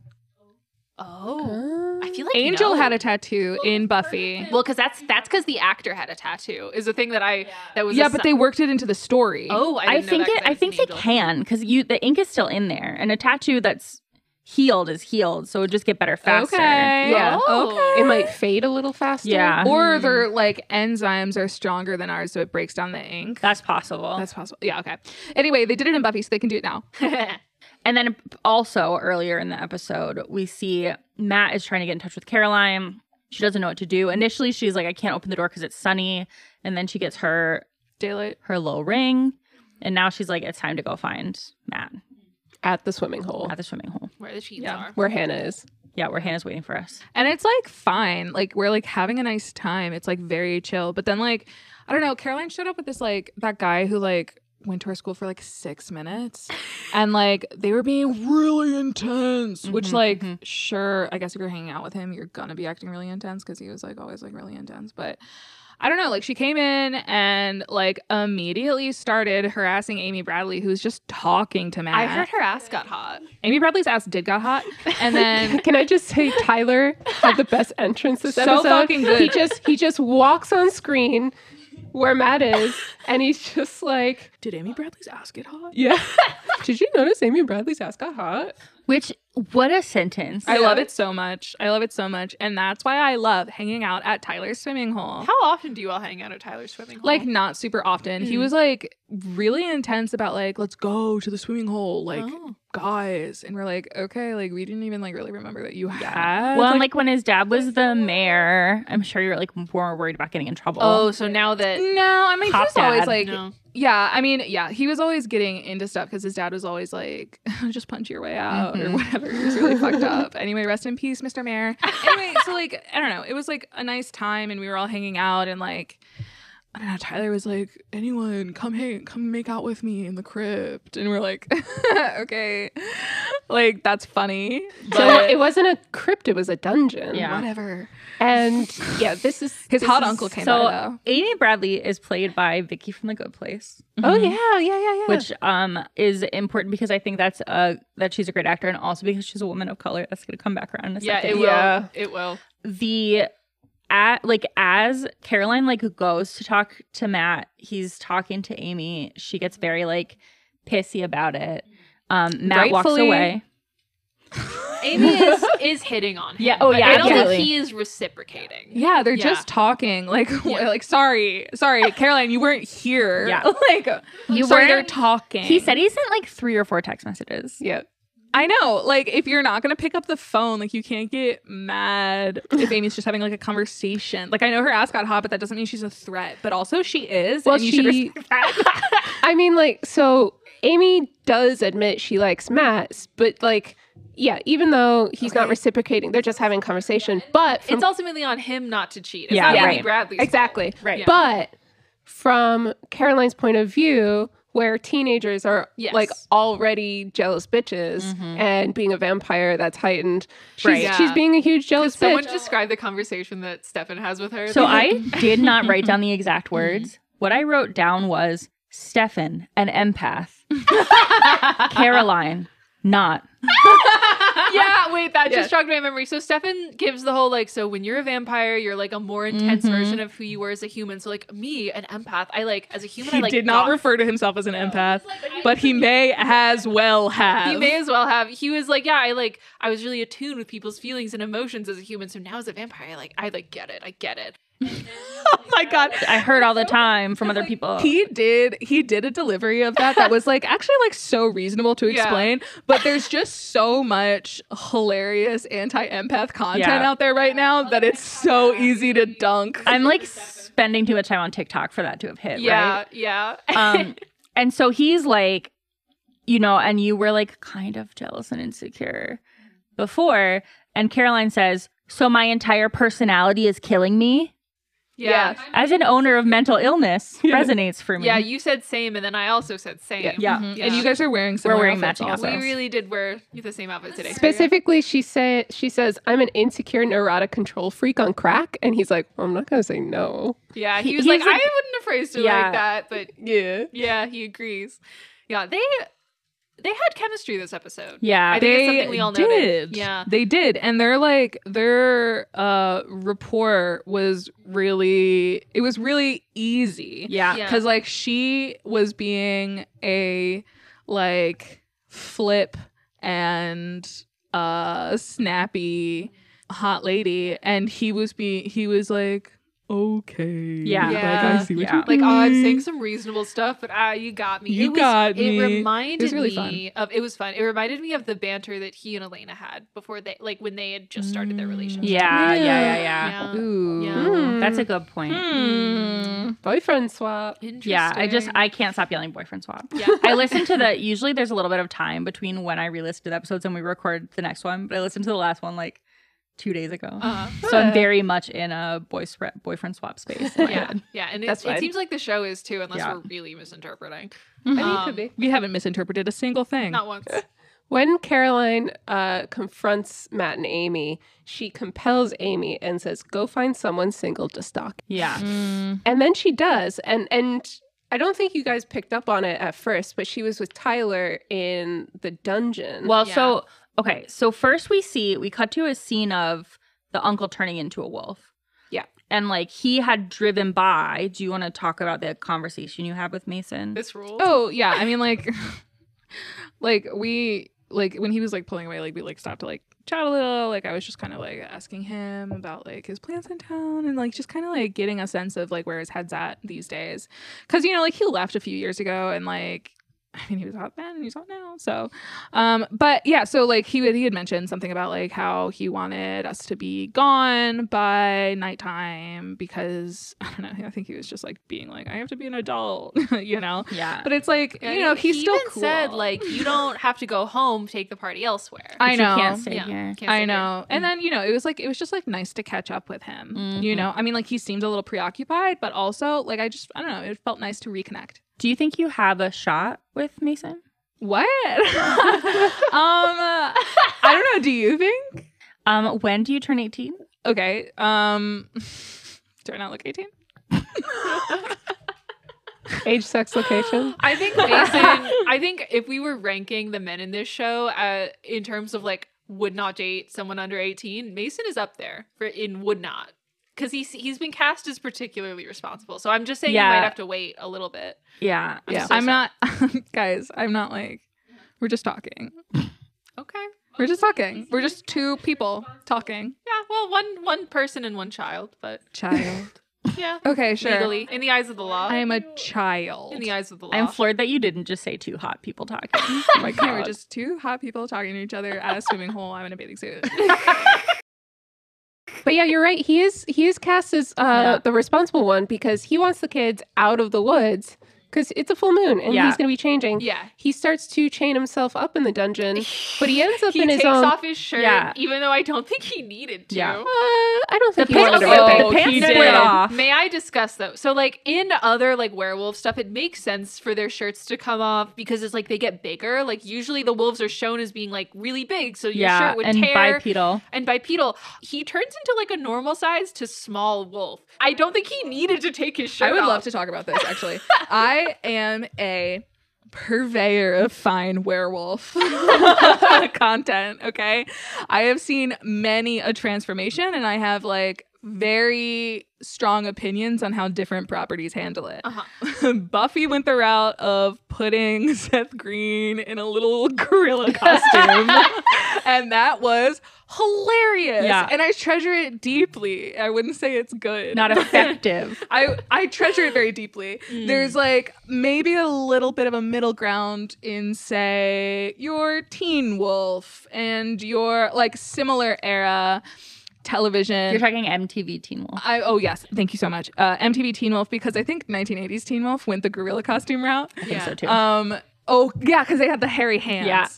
S4: Oh,
S1: Ah.
S4: I feel like
S3: Angel
S4: no.
S3: had a tattoo in Buffy.
S4: well, because that's that's because the actor had a tattoo. Is the thing that I that was
S3: Yeah,
S4: a
S3: but
S4: si-
S3: they worked it into the story.
S4: oh I,
S2: I,
S4: didn't know
S2: think
S4: that
S2: it.
S4: 'cause
S2: I
S4: was
S2: think
S4: an
S2: they
S4: angel.
S2: can because you the ink is still in there, and a tattoo that's healed is healed, so it would just get better faster.
S3: Okay.
S1: Yeah.
S4: Oh.
S1: It might fade a little faster.
S2: Yeah,
S3: Or their like enzymes are stronger than ours, so it breaks down the ink.
S2: that's possible.
S3: That's possible. Yeah, okay. Anyway, they did it in Buffy, so they can do it now.
S2: And then also earlier in the episode, we see Matt is trying to get in touch with Caroline. She doesn't know what to do. Initially, she's like, I can't open the door because it's sunny. And then she gets her
S4: daylight.
S2: her little ring. And now she's like, it's time to go find Matt
S1: at the swimming hole
S2: at the swimming hole.
S4: Where the sheets
S3: Yeah.
S4: are.
S1: where Hannah is.
S2: Yeah, where Hannah's waiting for us.
S3: And it's like fine. Like we're like having a nice time. It's like very chill. But then like I don't know, Caroline showed up with this like that guy who like went to our school for like 6 minutes and like they were being really intense, which
S2: Mhm,
S4: Mm-hmm,
S3: like
S2: mhm.
S3: sure, I guess if you're hanging out with him, you're going to be acting really intense cuz he was like always like really intense, but I don't know, like she came in and like immediately started harassing Amy Bradley who's just talking to Matt.
S4: I heard her ass got hot.
S3: Amy Bradley's ass did got hot and then
S1: Can I just say Tyler had the best entrance this
S3: So
S1: episode?
S3: fucking good.
S1: He just he just walks on screen where Matt is, and he's just like,
S3: did Amy Bradley's ass get hot?
S1: yeah. Did you notice Amy Bradley's ass got hot?
S2: Which, what a sentence.
S3: I love it so much. I love it so much. And that's why I love hanging out at Tyler's swimming hole.
S4: How often do you all hang out at Tyler's swimming hole?
S3: like not super often. He
S4: Mm.
S3: was like really intense about like let's go to the swimming hole, like
S4: Oh.
S3: guys. And we're like, okay, like we didn't even like really remember that you had.
S2: Well, and like when his dad was the mayor, I'm sure you're like more worried about getting in trouble.
S4: oh, so now that
S3: no, I mean he
S2: Pop
S3: was always
S2: dad.
S3: like,
S4: no.
S3: yeah. I mean, yeah, he was always getting into stuff because his dad was always like, just punch your way out or
S2: Mhm.
S3: whatever. He was really fucked up. Anyway, rest in peace, Mr. Mayor. Anyway, so like I don't know, it was like a nice time and we were all hanging out and like. I don't know. Tyler was like, "Anyone, come hang, come make out with me in the crypt," and we're like, "Okay, like that's funny,
S1: So
S3: but
S1: it wasn't a crypt; it was a dungeon.
S2: Yeah.
S3: whatever."
S1: And yeah, this is
S3: His
S1: this
S3: hot
S1: is-
S3: uncle came
S2: so
S3: by though.
S2: Amy Bradley is played by Vicky from The Good Place,
S1: Oh yeah, yeah, yeah, yeah.
S2: which um is important because I think that's uh that she's a great actor and also because she's a woman of color. That's gonna come back around in a
S4: yeah,
S2: second.
S4: it will.
S1: Yeah.
S4: It will.
S2: the at like as Caroline like goes to talk to Matt, he's talking to Amy. She gets very like pissy about it. Um, Matt walks
S3: Rightfully.
S2: away.
S4: Amy is, is hitting on him.
S2: Yeah, oh,
S4: but
S2: yeah,
S4: I don't think
S2: absolutely.
S4: he is reciprocating.
S3: Yeah, they're
S4: Yeah.
S3: just talking. Like,
S4: Yeah.
S3: like sorry, sorry, Caroline, you weren't here.
S2: Yeah.
S3: like
S2: Oh, You
S3: sorry, they're
S2: weren't-
S3: talking.
S2: He said he sent like three or four text messages.
S1: yeah.
S3: I know. Like, if you're not gonna pick up the phone, like you can't get mad if Amy's just having like a conversation. Like, I know her ass got hot, but that doesn't mean she's a threat. But also, she is.
S1: Well,
S3: and you should
S1: she-
S3: respect that.
S1: I mean, like, so Amy does admit she likes Matt, but like, yeah, even though he's not reciprocating, they're just having conversation. But from,
S4: It's ultimately on him not to cheat. It's
S2: Yeah,
S4: not Amy
S2: right.
S4: Bradley's fault.
S1: exactly
S2: Right. Yeah.
S1: But from Caroline's point of view, where teenagers are
S4: Yes.
S1: like already jealous bitches, and being a vampire that's heightened, she's,
S2: Right.
S1: she's
S4: Yeah.
S1: being a huge jealous
S4: Someone
S1: bitch.
S4: describe the conversation that Stefan has with her.
S2: So I did not write down the exact words. What I wrote down was Stefan, an empath. Caroline, not.
S4: yeah, wait, that
S1: Yeah.
S4: just jogged my memory. So Stefan gives the whole like, so when you're a vampire, you're like a more intense
S2: Mhm.
S4: version of who you were as a human. So like me, an empath, I like as a human,
S3: he
S4: I like
S3: did not
S4: got-
S3: refer to himself as an empath, but he may as well have.
S4: He may as well have. He was like, yeah, I like I was really attuned with people's feelings and emotions as a human. So now as a vampire, I like I like get it. I get it.
S3: oh my god.
S2: I heard all the time from other people.
S3: He did. He did a delivery of that that was like actually like so reasonable to
S4: Yeah.
S3: explain. But there's just so much hilarious anti-empath content
S2: Yeah.
S3: out there right now that it's so easy to dunk.
S2: I'm like spending too much time on TikTok for that to have hit.
S4: yeah,
S2: right?
S4: yeah.
S2: um and so he's like you know and you were like kind of jealous and insecure before and caroline says so my entire personality is killing me
S4: yeah.
S2: as an owner of mental illness resonates for me
S4: Yeah, you said same, and then I also said same.
S1: Yeah.
S2: yeah
S3: Mhm.
S4: Yeah.
S3: And you guys are wearing some
S2: We're wearing matching
S4: We
S2: outfits.
S4: really did wear the same outfit today.
S1: Specifically, she said she says, "I'm an insecure, neurotic control freak on crack," and he's like, well, "I'm not gonna say no."
S4: Yeah,
S2: He-
S4: he was
S2: he's
S4: like,
S2: like-
S4: I wouldn't have phrased it
S2: Yeah.
S4: like that, but
S1: Yeah,
S4: yeah, he agrees. Yeah, they they had chemistry this episode.
S2: yeah
S4: I think it's something we all noted.
S3: did.
S4: Yeah.
S3: They did. And their like their uh rapport was really it was really easy.
S2: yeah
S4: Yeah.
S3: Cause like she was being a like flip and uh snappy hot lady and he was being he was like okay.
S2: Yeah.
S3: Like,
S4: Yeah.
S3: I see what
S2: Yeah.
S3: you
S4: Like, oh, I'm
S3: mean.
S2: Mm.
S4: saying some reasonable stuff, but ah, you got me.
S3: You
S4: it was,
S3: got me.
S4: It
S3: It was
S4: reminded
S3: really
S4: me of it was fun. It reminded me of the banter that he and Elena had before they like when they had just started their relationship.
S2: Mm. Yeah, yeah, yeah, yeah.
S4: Yeah.
S3: Ooh.
S4: uh, Yeah. Hmm.
S1: Mm.
S2: That's a good point.
S1: Hmm. boyfriend swap.
S4: Mm. Interesting.
S2: Yeah, I just I can't stop yelling boyfriend swap.
S4: Yeah.
S2: I listen to the usually there's a little bit of time between when I re-listen to the episodes and we record the next one, but I listened to the last one like two days ago.
S4: Uh,
S2: so I'm very much in a boy sp- boyfriend swap space. in my
S4: yeah,
S2: head.
S4: yeah, and
S1: That's
S4: it, it
S1: fine.
S4: seems like the show is too, unless
S2: Yeah.
S4: we're really misinterpreting.
S1: I mean, it
S4: Um,
S1: could be.
S3: We haven't misinterpreted a single thing.
S4: Not once.
S1: When Caroline uh, confronts Matt and Amy, she compels Amy and says, "Go find someone single to stalk."
S2: Yeah.
S4: Mm-hmm.
S3: Mm.
S1: And then she does, and and I don't think you guys picked up on it at first, but she was with Tyler in the dungeon.
S2: Well,
S4: Yeah.
S2: so okay, so first we see we cut to a scene of the uncle turning into a wolf.
S1: Yeah.
S2: And like he had driven by. Do you want to talk about the conversation you had with Mason?
S4: This rule.
S3: Oh yeah, I mean like, like we like when he was like pulling away, like we like stopped to like chat a little. Like I was just kind of like asking him about like his plans in town and like just kind of like getting a sense of like where his head's at these days, because you know like he left a few years ago and like. I mean, he was hot then and he's hot now. So, um, but yeah, so like he would, he had mentioned something about like how he wanted us to be gone by nighttime because I don't know. I think he was just like being like, I have to be an adult, you know?
S2: yeah.
S3: But it's like
S4: Yeah,
S3: you know
S4: he-
S3: he's
S4: he
S3: still
S4: even
S3: cool.
S4: said like you don't have to go home, take the party elsewhere.
S3: I
S2: But you
S3: know.
S2: can't stay
S4: Yeah.
S2: here.
S4: Can't Mm.
S3: I
S4: sit here.
S3: know. And then you know it was like it was just like nice to catch up with him. You
S4: Mm-hmm.
S2: Mhm.
S3: know, I mean like he seemed a little preoccupied, but also like I just I don't know. It felt nice to reconnect.
S2: Do you think you have a shot with Mason?
S3: What? um, uh, I don't know. Do you think?
S2: Um, when do you turn 18?
S3: Okay. Um, do I not look eighteen?
S1: Age, sex, location.
S4: I think Mason. I think if we were ranking the men in this show uh, in terms of like would not date someone under eighteen, Mason is up there for in would not because he's he's been cast as particularly responsible. So I'm just saying you
S2: Yeah.
S4: might have to wait a little bit.
S2: Yeah.
S4: I'm
S3: yeah.
S4: so
S3: I'm
S4: sorry.
S3: not, guys. I'm not like. We're just talking.
S4: Okay.
S3: We're just talking. We're just two people talking.
S4: Yeah. Well, one one person and one child, but
S3: Child.
S4: yeah,
S3: Okay, sure.
S4: legally in the eyes of the law.
S3: I am a child.
S4: in the eyes of the law.
S2: I'm floored that you didn't just say two hot people talking. Oh my
S3: Yeah, we're
S2: God.
S3: just two hot people talking to each other at a swimming hole. I'm in a bathing suit.
S1: But yeah, you're right. He is he is cast as uh,
S2: Yeah.
S1: the responsible one because he wants the kids out of the woods because it's a full moon and
S2: Yeah.
S1: he's going to be changing.
S4: yeah.
S1: He starts to chain himself up in the dungeon, but he ends up
S4: He
S1: in
S4: takes
S1: his own.
S4: off his shirt,
S2: Yeah.
S4: even though I don't think he needed to.
S2: Yeah.
S1: Uh, I don't think
S2: The
S1: he
S2: pants-
S1: wanted to
S2: oh,
S1: rip it.
S2: the pants
S3: he
S2: split
S3: did.
S2: off.
S4: May I discuss though? So like in other like werewolf stuff, it makes sense for their shirts to come off because it's like they get bigger. Like usually the wolves are shown as being like really big, so your
S2: yeah,
S4: shirt would
S2: and
S4: tear.
S2: bipedal.
S4: and bipedal, he turns into like a normal size to small wolf. I don't think he needed to take his shirt.
S3: I would
S4: off.
S3: love to talk about this actually. I am a purveyor of fine werewolf content, okay? I have seen many a transformation and I have like very strong opinions on how different properties handle it.
S4: Uh-huh.
S3: Buffy went the route of putting Seth Green in a little gorilla costume. and that was hilarious.
S2: Yeah.
S3: And I treasure it deeply. I wouldn't say it's good.
S2: Not effective.
S3: I I treasure it very deeply. There's like maybe a little bit of a middle ground in say your Teen Wolf and your like similar era television.
S2: You're talking MTV Teen
S4: Uh,
S2: Wolf.
S3: I, oh yes, thank you so much. Uh, MTV Teen Wolf because I think 1980s Teen Wolf went the gorilla costume route.
S2: I think
S4: Yeah.
S2: so too.
S3: Um. Oh yeah, because they had the hairy hands.
S2: Yeah.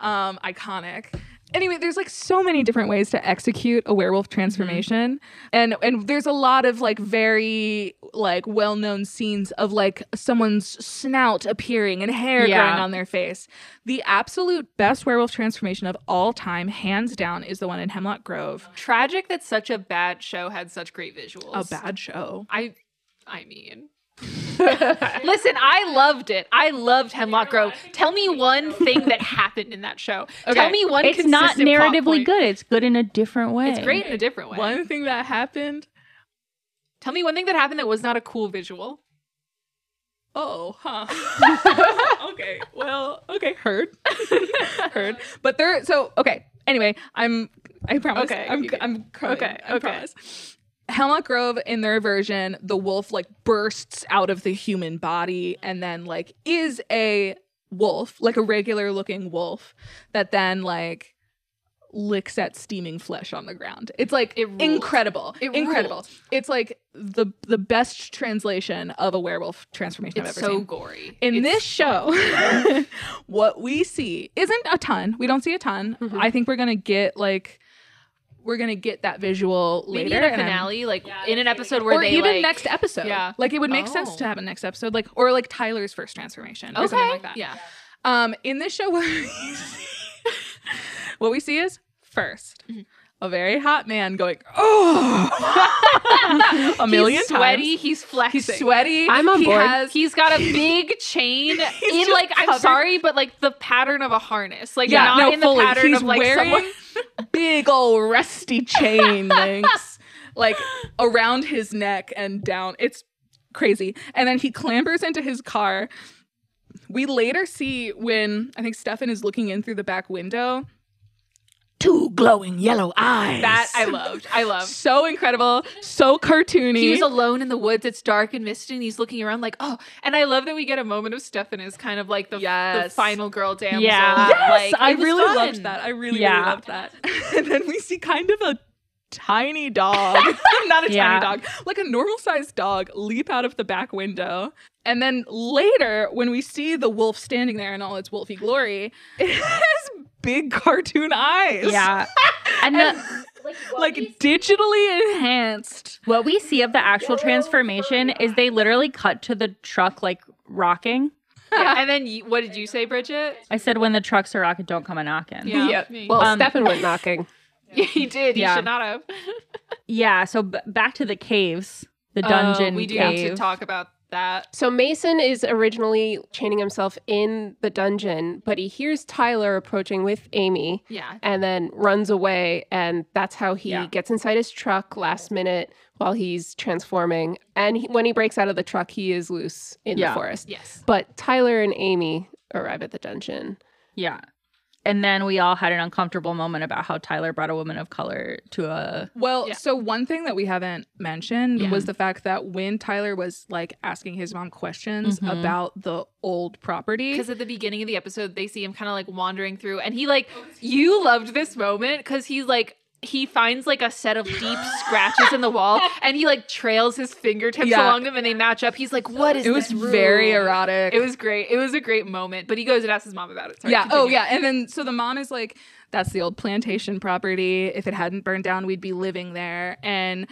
S3: Um. Iconic. Anyway, there's like so many different ways to execute a
S2: Mm-hmm.
S3: werewolf transformation, and and there's a lot of like very like well known scenes of like someone's snout appearing and hair
S2: Yeah.
S3: growing on their face. The absolute best werewolf transformation of all time, hands down, is the one in Hemlock Grove.
S4: Tragic that such a bad show had such great visuals.
S3: A bad show.
S4: I I mean Listen, I loved it. I loved Hemlock Grove. Tell me one thing that happened in that show. Tell me one
S2: it's not
S4: consistent plot
S2: narratively
S4: point.
S2: good. It's good in a different way.
S4: It's great in a different way.
S3: One thing that happened.
S4: Tell me one thing that happened that was not a cool visual.
S3: Oh, huh. okay. Well, okay. Heard. Heard. But there. So okay. Anyway, I'm. I promise.
S4: Okay,
S3: I'm.
S4: you did.
S3: I'm. Coming.
S4: Okay,
S3: I
S4: okay.
S3: promise. Hemlock Grove, in their version, the wolf like bursts out of the human body and then like is a wolf, like a regular looking wolf that then like licks at steaming flesh on the ground. It's like
S4: It rules.
S3: incredible.
S4: It
S3: incredible.
S4: rules.
S3: It's like the the best translation of a werewolf transformation
S4: It's
S3: I've ever
S4: so
S3: seen.
S4: gory.
S3: In
S4: It's-
S3: this show, what we see isn't a ton. We don't see a ton.
S4: Mm-hmm.
S1: Mhm.
S3: I think we're gonna get like we're gonna get that visual
S4: maybe
S3: later
S4: in a
S3: and I'm-
S4: finale, like in an episode where
S3: or
S4: they
S3: even
S4: like,
S3: next episode.
S4: Yeah.
S3: like it would make sense
S4: Oh.
S3: to have a next episode, like or like Tyler's first transformation or
S4: Okay.
S3: something like that.
S4: Yeah.
S3: Um, in this show, what we see, what we see is 1st
S4: Mm-hmm.
S3: a very hot man going oh a million
S4: he's sweaty.
S3: times.
S4: He's flexing.
S3: He's sweaty.
S1: I'm on
S3: he
S1: board.
S3: Has,
S4: He's got a big chain in
S3: just
S4: like I'm
S3: covered-
S4: sorry, but like the pattern of a harness, like
S3: yeah,
S4: not
S3: no,
S4: in the
S3: fully.
S4: pattern
S3: he's
S4: of like
S3: wearing
S4: someone.
S3: big old rusty chain links, like around his neck and down. It's crazy. And then he clambers into his car. We later see when I think Stefan is looking in through the back window. Two glowing yellow eyes.
S4: That I loved. I loved.
S3: so incredible, so cartoony.
S4: He's alone in the woods. It's dark and misty, and he's looking around like, oh. And I love that we get a moment of Stefan as kind of like the, the
S3: Yes.
S4: final girl damsel.
S2: Yeah.
S3: Yes,
S4: Like,
S3: I
S4: it was
S3: really
S4: fun.
S3: loved that. I really, really
S2: Yeah.
S3: loved that. and then we see kind of a tiny dog, not a tiny
S2: Yeah.
S3: dog, like a normal sized dog leap out of the back window. And then later, when we see the wolf standing there in all its wolfy glory, it has big cartoon eyes.
S2: Yeah. And the,
S3: Like digitally enhanced.
S2: what we see of the actual transformation is they literally cut to the truck like rocking.
S4: Yeah, And then you, what did you say, Bridget?
S2: I said when the trucks are rocking, don't come a knocking.
S4: Yeah.
S3: Yeah.
S1: Well,
S2: Um,
S1: Stefan went knocking.
S4: he did. He
S2: Yeah.
S4: should not have.
S2: Yeah, so b- back to the caves, the dungeon
S4: Uh, we do need
S2: cave.
S4: to talk about that.
S1: So Mason is originally chaining himself in the dungeon, but he hears Tyler approaching with Amy.
S4: Yeah.
S1: and then runs away and that's how he
S2: Yeah.
S1: gets inside his truck last minute while he's transforming and he, when he breaks out of the truck he is loose in
S2: Yeah.
S1: the forest
S4: Yes.
S1: but tyler and amy arrive at the dungeon
S2: Yeah. And then we all had an uncomfortable moment about how Tyler brought a woman of color to a
S3: Well,
S4: Yeah.
S3: so one thing that we haven't mentioned
S4: Yeah.
S3: was the fact that when Tyler was like asking his mom questions
S2: Mhm.
S3: about the old property,
S4: Because at the beginning of the episode, they see him kind of like wandering through, and he like you loved this moment because he's like he finds like a set of deep scratches in the wall, and he like trails his fingertips
S3: Yeah.
S4: along them, and they match up. He's like, "What is?"
S3: it was
S4: this room?"
S3: very erotic.
S4: It was great. It was a great moment. But he goes and asks his mom about it. Sorry,
S3: yeah.
S4: continue.
S3: Oh, yeah. And then so the mom is like, "That's the old plantation property. If it hadn't burned down, we'd be living there." And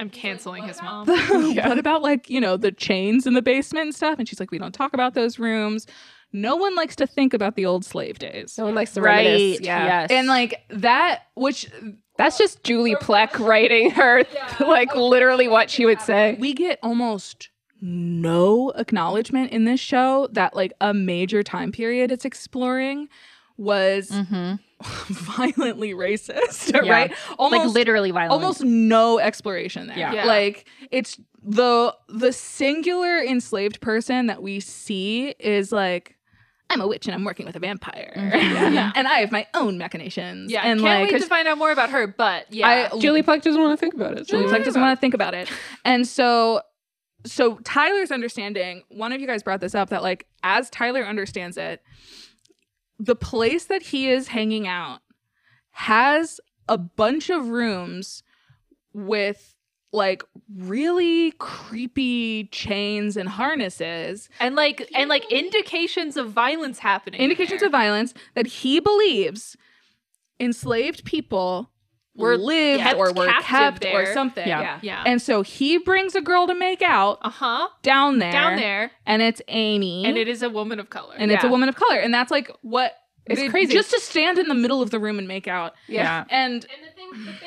S4: I'm canceling his mom.
S3: the, what about like you know the chains in the basement and stuff? And she's like, "We don't talk about those rooms. No one likes to think about the old slave days."
S1: no one likes to
S2: Right,
S1: reminisce yeah
S2: yes.
S3: And like that, which
S1: that's just julie pleck writing her like literally what she would say
S3: we get almost no acknowledgement in this show that like a major time period it's exploring was
S2: Mhm.
S3: violently racist,
S2: Yeah.
S3: right? Almost
S2: like literally violent.
S3: almost no exploration there.
S2: Yeah.
S4: Yeah.
S3: Like it's the the singular enslaved person that we see is like I'm a witch and I'm working with a vampire.
S2: Yeah.
S3: and I have my own machinations.
S4: Mm-hmm. yeah,
S3: and
S4: can't
S3: like
S4: wait to find out more about her. But yeah,
S3: I
S1: julie pleck doesn't want to think about it
S3: Julie Plec doesn't want to think about it. And so so Tyler's understanding, one of you guys brought this up that like as Tyler understands it, the place that he is hanging out has a bunch of rooms with like really creepy chains and harnesses,
S4: and like and like indications of violence happening. in
S3: indications
S4: there.
S3: of violence that he believes enslaved people were
S4: Were
S3: lived
S4: kept
S3: or were
S4: captive
S3: kept or
S4: there.
S3: something.
S2: Yeah.
S4: yeah.
S3: And so he brings a girl to make out
S4: uh huh.
S3: down there.
S4: Down there,
S3: And it's Amy.
S4: and it is a woman of color.
S3: and it's a
S4: Yeah.
S3: woman of color. And that's like what
S1: It's
S3: they-
S1: crazy.
S3: Just to stand in the middle of the room and make out.
S2: yeah.
S3: And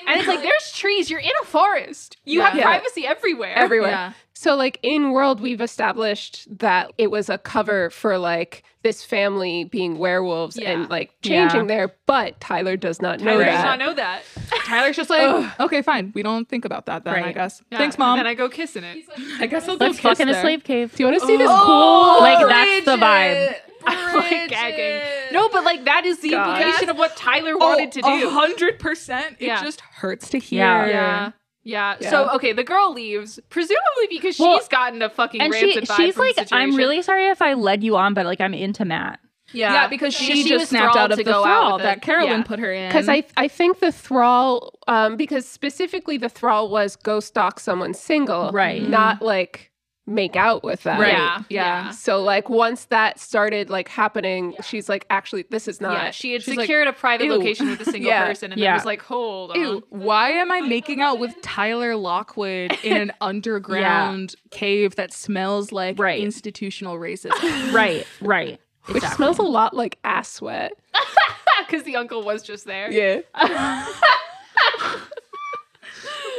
S4: And it's like, there's trees. You're in a forest. You
S3: Yeah.
S4: have
S1: Yeah.
S4: privacy everywhere.
S1: everywhere
S3: Yeah.
S1: So, like in World, we've established that it was a cover for like this family being werewolves
S4: Yeah.
S1: and like
S2: Yeah.
S1: changing there, but Tyler does not know
S4: Tyler does
S1: that.
S4: not know that. Oh,
S3: Tyler's just like, okay, fine. We don't think about that then, I
S2: Right.
S3: guess.
S4: Yeah.
S3: Thanks, mom.
S4: And then I go kissing it.
S3: I guess I'll go
S2: Let's fuck
S3: kiss
S2: in a
S3: there.
S2: slave cave.
S1: Do you want to see this
S3: Oh,
S1: cool?
S2: Like, that's the vibe.
S4: I'm like
S3: Oh,
S4: gagging. No, but like that is the
S1: God.
S4: implication of what Tyler wanted to do.
S3: hundred percent. It
S4: Yeah.
S3: just hurts to hear.
S2: Yeah.
S4: Yeah. Yeah.
S1: Yeah.
S4: So okay, the girl leaves presumably because
S2: Well,
S4: she's gotten a fucking
S2: and she,
S4: rancid vibe
S2: she's
S4: from the
S2: like, I'm
S4: situation.
S2: really sorry if I led you on, but like I'm into Matt.
S4: yeah,
S3: yeah, because she, just
S4: was
S3: snapped
S4: thralled
S3: out of
S4: to
S3: the
S4: go out
S3: thrall
S4: with it.
S3: that Carolyn
S4: Yeah.
S3: put her in.
S1: Because I, I think the thrall, um, because specifically the thrall was go stalk someone single,
S2: Right.
S1: Not like make out with them,
S3: Right.
S4: Yeah, yeah.
S3: Yeah.
S1: So like once that started like happening, she's like, actually, this is not.
S4: yeah, she had
S1: she's like,
S4: secured a private
S1: "Ew."
S4: location with a single
S1: Yeah.
S4: person, and
S2: Yeah.
S4: then was like, "Hold on,
S3: Ew, why am I making out with Tyler Lockwood in an underground cave that smells like
S2: Right.
S3: institutional racism?
S2: Right, right.
S1: which smells a lot like ass sweat.
S4: because the uncle was just there."
S1: Yeah.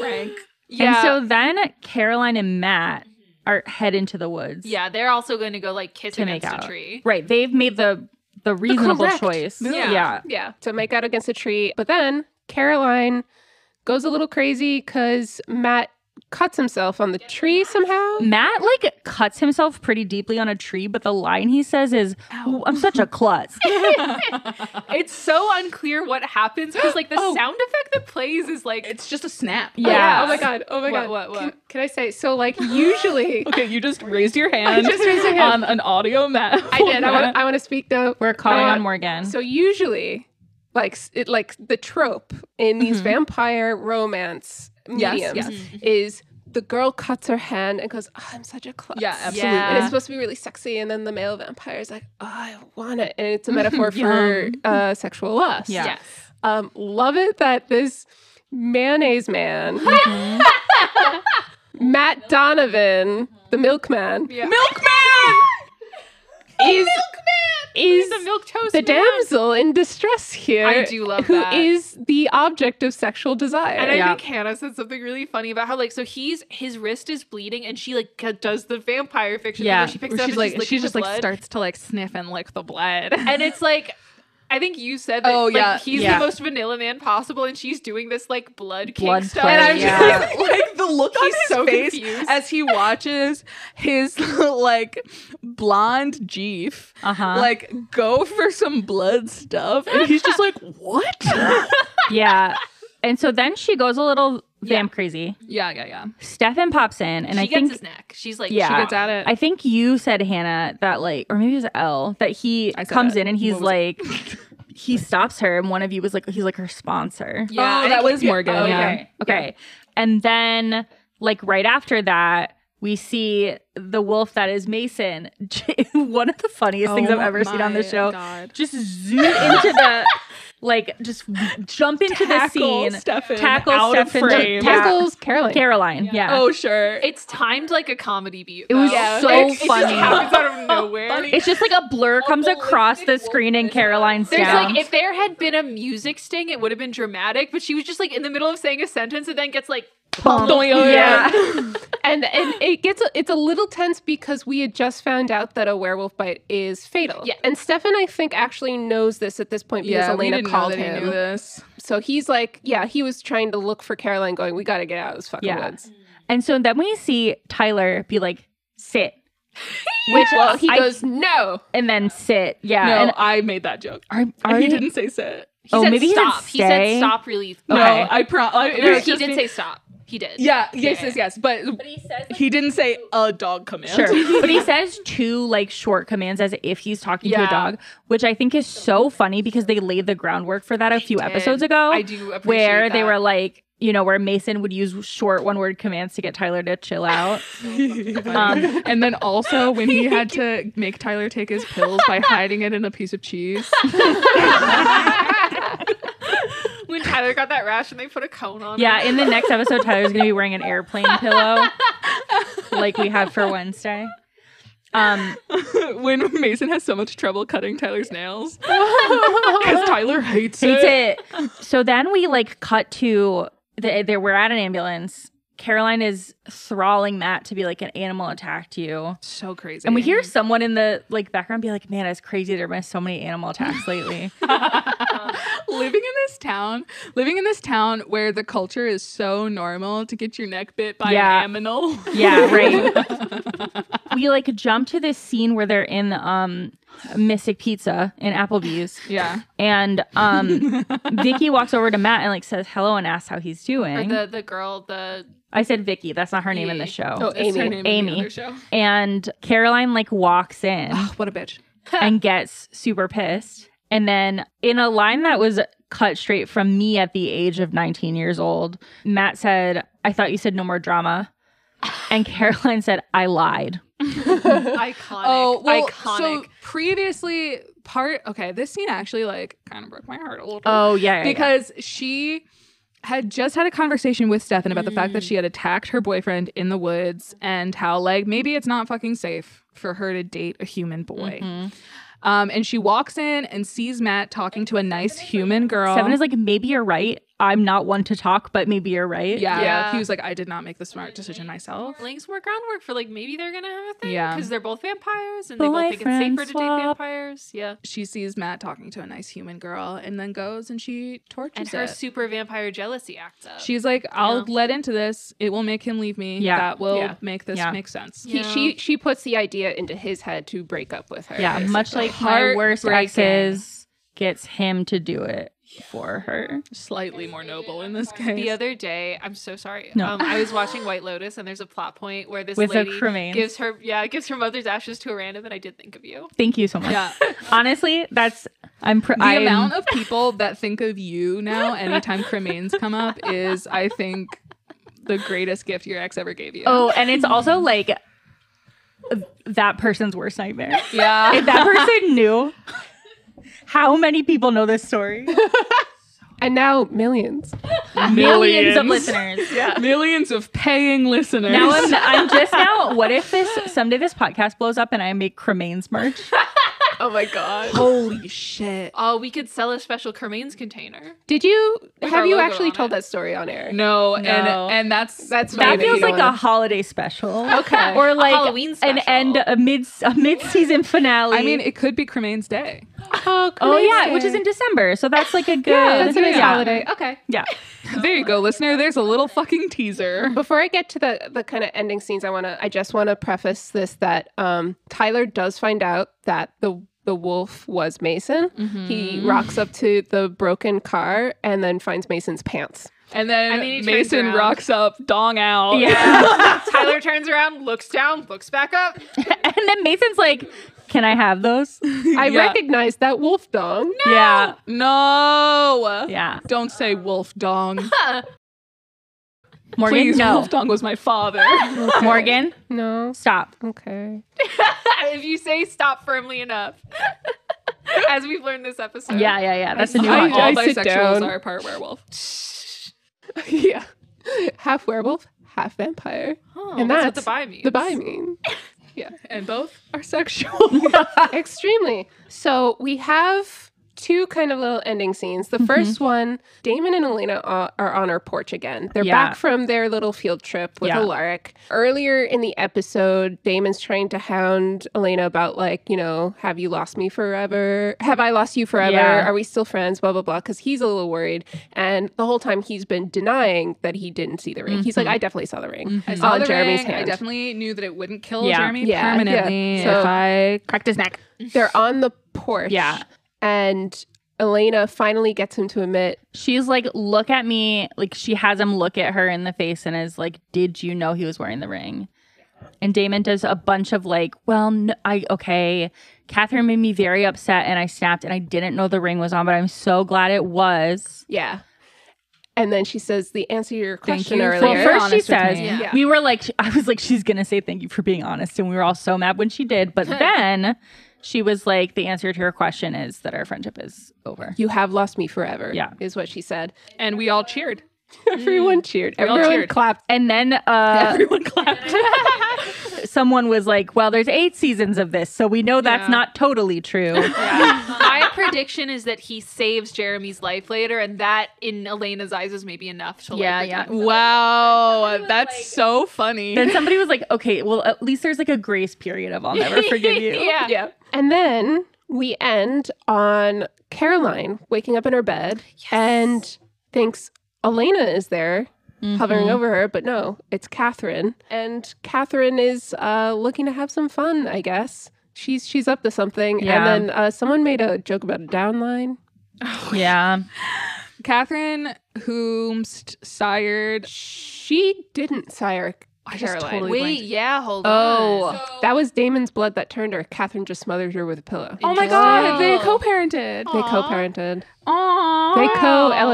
S3: Frank.
S4: yeah.
S2: And so then Caroline and Matt are head into the woods.
S4: yeah, they're also going to go like kiss
S2: To
S4: against
S2: make
S4: a
S2: out.
S4: tree.
S2: Right. They've made the the reasonable
S1: correct
S2: choice.
S4: move.
S2: Yeah.
S1: Yeah, to make out against a tree. But then Caroline goes a little crazy because Matt cuts himself on the tree somehow.
S2: Matt like cuts himself pretty deeply on a tree, but the line he says is, "Ooh, I'm such a klutz.
S4: It's so unclear what happens because like the
S3: Oh.
S4: sound effect that plays is like
S3: It's just a snap.
S1: Oh,
S2: Yeah.
S1: Oh my god. Oh my
S4: What,
S1: god.
S4: what, what?
S1: Can, can I say? So like usually
S3: Okay, you just raised your hand
S1: just raised your hand.
S3: on an audio map.
S1: I did. I want. I want to speak though.
S2: We're calling
S1: Uh,
S2: on Morgan.
S1: So usually, like s- it, like the trope in these vampire romance
S3: Mm-hmm. Yes,
S1: mediums
S3: yes.
S1: is the girl cuts her hand and goes, oh, "I'm such a klutz."
S3: Yeah, absolutely.
S1: And it's
S4: Yeah.
S1: supposed to be really sexy, and then the male vampire is like, oh, "I want it," and it's a metaphor for uh, sexual lust.
S2: Yeah.
S4: yes.
S1: Um, love it that this mayonnaise man,
S3: Mm-hmm.
S1: Matt Donovan, the milkman,
S4: Yeah.
S3: Milkman!
S1: is is
S4: the milk toast.
S1: the
S4: man.
S1: damsel in distress here.
S4: I do love
S1: who
S4: that.
S1: is the object of sexual desire.
S4: And I
S2: Yeah.
S4: think Hannah said something really funny about how like so he's his wrist is bleeding and she like c- does the vampire fiction
S2: Yeah.
S4: yeah. where she picks it up
S3: she's like,
S4: and she's
S3: she just like
S4: blood.
S3: starts to like sniff and lick the blood.
S4: and it's like I think you said that
S3: Oh,
S4: like,
S3: yeah,
S4: he's
S2: yeah.
S4: the most vanilla man possible and she's doing this like blood kick
S2: Blood
S4: stuff.
S2: play,
S4: and
S2: I'm yeah. just-
S3: like the look on
S4: He's
S3: his
S4: so
S3: face
S4: confused.
S3: as he watches his like blonde Jeef
S2: Uh-huh.
S3: like go for some blood stuff, and he's just like, "What?" yeah,
S2: yeah. And so then she goes a little
S3: Yeah.
S2: vamp crazy.
S3: yeah, yeah.
S2: Stefan pops in and
S4: she
S2: I
S4: gets
S2: think
S4: his neck. She's like
S2: Yeah.
S4: she
S2: She
S4: gets
S2: gets
S4: out
S3: it.
S2: I think you said Hannah that like, or maybe it was L that he
S3: I said
S2: comes
S3: it.
S2: in and he's
S3: What was
S2: like, he stops her, and one of you was like, he's like her sponsor.
S4: Yeah,
S3: oh,
S4: I
S3: that
S4: think-
S3: was Morgan.
S2: Okay.
S3: yeah.
S2: Okay. And then like right after that, we see the wolf that is Mason. one of the funniest things
S3: Oh
S2: I've ever seen on the show. Just zoom into the like, just jump into
S3: Tackle
S2: the scene.
S3: Stefan
S2: Tackle
S3: out of
S2: Stefan.
S3: frame.
S2: Yeah.
S1: Tackles Caroline.
S2: Caroline. Yeah.
S3: Oh sure.
S4: it's timed like a comedy beat.
S2: It was
S4: though.
S2: so
S4: Like, it just
S2: funny.
S4: happens out of nowhere.
S2: It's just like a blur comes across the screen
S3: uh,
S2: and Caroline's
S4: There's
S2: down.
S4: like if there had been a music sting, it would have been dramatic, but she was just like in the middle of saying a sentence and then gets like
S2: yeah.
S1: And and it gets a, it's a little tense because we had just found out that a werewolf bite is fatal.
S4: Yeah.
S1: And Stefan I think actually knows this at this point because
S3: Yeah, we
S1: Elena
S3: didn't know
S1: called
S3: that he knew
S1: him.
S3: this.
S1: So he's like, yeah, he was trying to look for Caroline going, we got to get out of this fucking
S2: Yeah.
S1: woods.
S2: And so then we see Tyler be like, sit.
S1: Which well, he
S2: I-
S1: goes, no.
S2: And then sit. Yeah.
S3: no,
S2: and
S3: I made that joke.
S2: are,
S3: And
S2: are
S3: he
S2: you-
S3: didn't say sit.
S4: he
S2: Oh,
S4: said
S2: maybe he didn't
S4: stop. He, said
S2: say?
S4: stop really
S2: Okay.
S3: No, I pro. I, it
S4: No,
S3: was
S4: he
S3: just
S4: did
S3: me-
S4: say stop. He did.
S3: Yeah, yes,
S4: Yeah.
S3: yes, yes. But, he, didn't say a dog command.
S2: Sure. but he says two like short commands as if he's talking to
S4: Yeah.
S2: a dog, which I think is so funny because they laid the groundwork for that a few
S4: did.
S2: episodes ago.
S4: I do appreciate
S2: Where they
S4: that.
S2: were like, you know, where Mason would use short one word commands to get Tyler to chill out.
S3: Um, and then also when he had to make Tyler take his pills by hiding it in a piece of cheese.
S4: when Tyler got that rash and they put a cone on.
S2: yeah.
S4: him.
S2: In the next episode, Tyler's going to be wearing an airplane pillow like we had for Wednesday. Um,
S3: when Mason has so much trouble cutting Tyler's nails because Tyler hates,
S2: hates it. So then we like cut to the, there. We're at an ambulance. Caroline is thralling Matt to be like an animal attacked you,
S3: So crazy.
S2: and we hear someone in the like background be like, "Man, it's crazy. There have been so many animal attacks lately."
S3: living in this town, living in this town where the culture is so normal to get your neck bit by
S2: Yeah.
S3: an aminal.
S2: yeah, right. we like jump to this scene where they're in the um Mystic Pizza in Applebee's.
S4: Yeah.
S2: And um, Vicky walks over to Matt and like says hello and asks how he's
S4: Or
S2: doing.
S4: the the girl, the
S2: I said Vicky. That's not her name in the show.
S4: Oh, it's her
S1: Amy.
S4: name in the
S2: Amy.
S4: other show.
S2: And Caroline like walks in
S3: what a bitch.
S2: and gets super pissed. And then in a line that was cut straight from me at the age of 19 years old, Matt said, I thought you said no more drama. And Caroline said, I lied.
S4: Iconic.
S3: Oh, well,
S4: iconic.
S3: so previously part okay, this scene actually like kind of broke my heart a little bit.
S2: Oh, yeah.
S3: because she had just had a conversation with Stefan about the fact that she had attacked her boyfriend in the woods and how like maybe it's not fucking safe for her to date a human boy.
S4: Mm-hmm.
S3: Um, and she walks in and sees Matt talking to a nice human girl.
S2: Seven is like, maybe you're right. I'm not one to talk, but maybe you're right.
S3: yeah,
S4: Yeah.
S3: he was like, I did not make the smart decision myself.
S4: links more groundwork for like maybe they're gonna have a thing.
S3: Yeah.
S4: Because they're both vampires and they both think it's
S2: Boyfriend
S4: safer to date
S2: swap.
S4: vampires. Yeah.
S3: She sees Matt talking to a nice human girl and then goes and she tortures
S4: And her
S3: it.
S4: super vampire jealousy acts up.
S3: She's like, I'll
S4: Yeah.
S3: let into this. It will make him leave me.
S2: Yeah.
S3: That will
S4: Yeah.
S3: make this
S2: Yeah.
S3: make sense.
S1: He,
S4: Yeah.
S1: she she puts the idea into his head to break up with her.
S2: Yeah. Much like my worst exes gets him to do it for her.
S3: Slightly more noble in this case.
S4: the other day, I'm so sorry.
S2: No.
S4: Um, I was watching White Lotus, and there's a plot point where this
S2: With the
S4: lady
S2: cremains.
S4: gives her, yeah, gives her mother's ashes to a random, and I did think of you.
S2: Thank you so much.
S3: Yeah.
S2: Honestly, that's, I'm, pr-
S3: The
S2: I'm
S3: amount of people that think of you now anytime cremains come up is, I think, the greatest gift your ex ever gave you.
S2: Oh, and it's also like that person's worst nightmare.
S3: yeah.
S2: If that person knew how many people know this story,
S1: And now millions.
S2: millions of listeners.
S3: Millions of paying listeners.
S2: Now I'm, I'm just now. What if this someday this podcast blows up and I make cremains merch?
S1: Oh my god.
S3: Holy shit.
S4: Oh, we could sell a special Cremains container.
S1: Did you
S4: With our
S1: have you
S4: logo
S1: actually
S4: on
S1: told
S4: it.
S1: that story on air?
S3: No, and
S2: No.
S3: and that's
S1: That's
S2: That
S1: fine if
S2: feels
S1: you
S2: like a
S1: wanna-
S2: holiday special,
S1: Okay.
S2: or like
S4: Halloween
S2: an
S4: special.
S2: end a mid a mid season finale.
S3: I mean, it could be cremains day.
S2: oh yeah, which is in December, so that's like a good
S1: that's a good
S2: yeah.
S1: holiday. Okay.
S2: Yeah.
S3: There you go, listener. There's a little fucking teaser.
S1: Before I get to the the kind of ending scenes, I want to I just want to preface this that um Tyler does find out that the the wolf was Mason. He rocks up to the broken car and then finds Mason's pants.
S3: And then
S4: I mean, he turns
S3: Mason
S4: around.
S3: rocks up, dong out.
S4: Yeah. Tyler turns around, looks down, looks back up.
S2: and then Mason's like, "Can I have those?"
S1: I
S3: Yeah.
S1: recognize that wolf dong.
S2: Yeah,
S3: No.
S2: yeah.
S3: Don't say wolf dong.
S2: Morgan,
S3: Please,
S2: no.
S3: wolf dong was my father.
S2: Morgan,
S1: No.
S2: stop.
S1: Okay.
S4: if you say stop firmly enough, as we've learned this episode.
S2: Yeah, yeah, yeah. That's a new
S3: I,
S1: I-
S2: one.
S3: all
S1: I sit
S3: bisexuals
S1: down.
S3: are part werewolf.
S1: yeah. Half werewolf, half vampire.
S4: Oh,
S1: And
S4: that's, what the
S1: that's
S4: buy means.
S1: The bi mean.
S3: And both
S1: are sexual. Extremely. So we have two kind of little ending scenes. The first
S2: Mm-hmm.
S1: one, Damon and Elena are, are on our porch again. They're
S2: Yeah.
S1: back from their little field trip with
S2: Yeah.
S1: Alaric. Earlier in the episode, Damon's trying to hound Elena about, like, you know, have you lost me forever? Have I lost you forever?
S2: Yeah.
S1: Are we still friends? Blah, blah, blah. Because he's a little worried. And the whole time he's been denying that he didn't see the ring. He's
S2: Mm-hmm.
S1: like, I definitely saw the ring.
S3: I
S1: saw the ring.
S3: I
S1: I
S3: definitely knew that it wouldn't kill
S2: Yeah.
S3: Jeremy
S1: Yeah,
S3: permanently
S1: yeah. So-
S3: if I
S2: Cracked his neck.
S1: They're on the porch.
S2: Yeah.
S1: And Elena finally gets him to admit,
S2: She's like, look at me. Like she has him look at her in the face and is like, did you know he was wearing the ring? And Damon does a bunch of like, well, no, I okay. Catherine made me very upset and I snapped and I didn't know the ring was on, but I'm so glad it was.
S1: yeah. And then she says, the answer to your
S3: Thank
S1: question
S3: you for-
S1: earlier.
S2: Well,
S3: Very
S2: first she
S3: honest with
S2: says,
S3: me.
S4: Yeah.
S2: we were like, I was like, she's gonna say thank you for being honest, and we were all so mad when she did. But then she was like, the answer to her question is that our friendship is over.
S1: you have lost me forever,
S2: Yeah.
S1: is what she said.
S3: and we all cheered.
S1: Everyone cheered.
S3: all
S1: Everyone
S3: cheered.
S1: clapped.
S2: And then uh,
S3: Everyone clapped.
S2: someone was like, "Well, there's eight seasons of this, so we know that's
S4: Yeah.
S2: not totally true."
S4: My prediction is that he saves Jeremy's life later, and that in Elena's eyes is maybe enough to like,
S2: Yeah,
S4: redeem
S2: yeah.
S4: himself.
S3: wow, that's so funny.
S2: then somebody was like, "Okay, well, at least there's like a grace period of I'll never forgive you."
S4: yeah.
S1: Yeah. And then we end on Caroline waking up in her bed and thinks Elena is there.
S3: Mm-hmm.
S1: Hovering over her, but no, it's Catherine. And Catherine is uh, looking to have some fun, I guess. she's she's up to something.
S2: Yeah.
S1: And then uh, someone made a joke about a downline.
S2: Yeah.
S3: Catherine Whomst sired.
S1: She didn't sire
S3: I just
S1: Caroline.
S3: totally-
S4: Wait, yeah, hold
S1: Oh,
S4: on.
S1: that was Damon's blood that turned her. Catherine just smothered her with a pillow.
S3: Oh my god, they
S4: Interesting.
S3: co-parented.
S1: They
S4: Aw.
S1: co-parented.
S3: Aww.
S1: They
S2: Oh.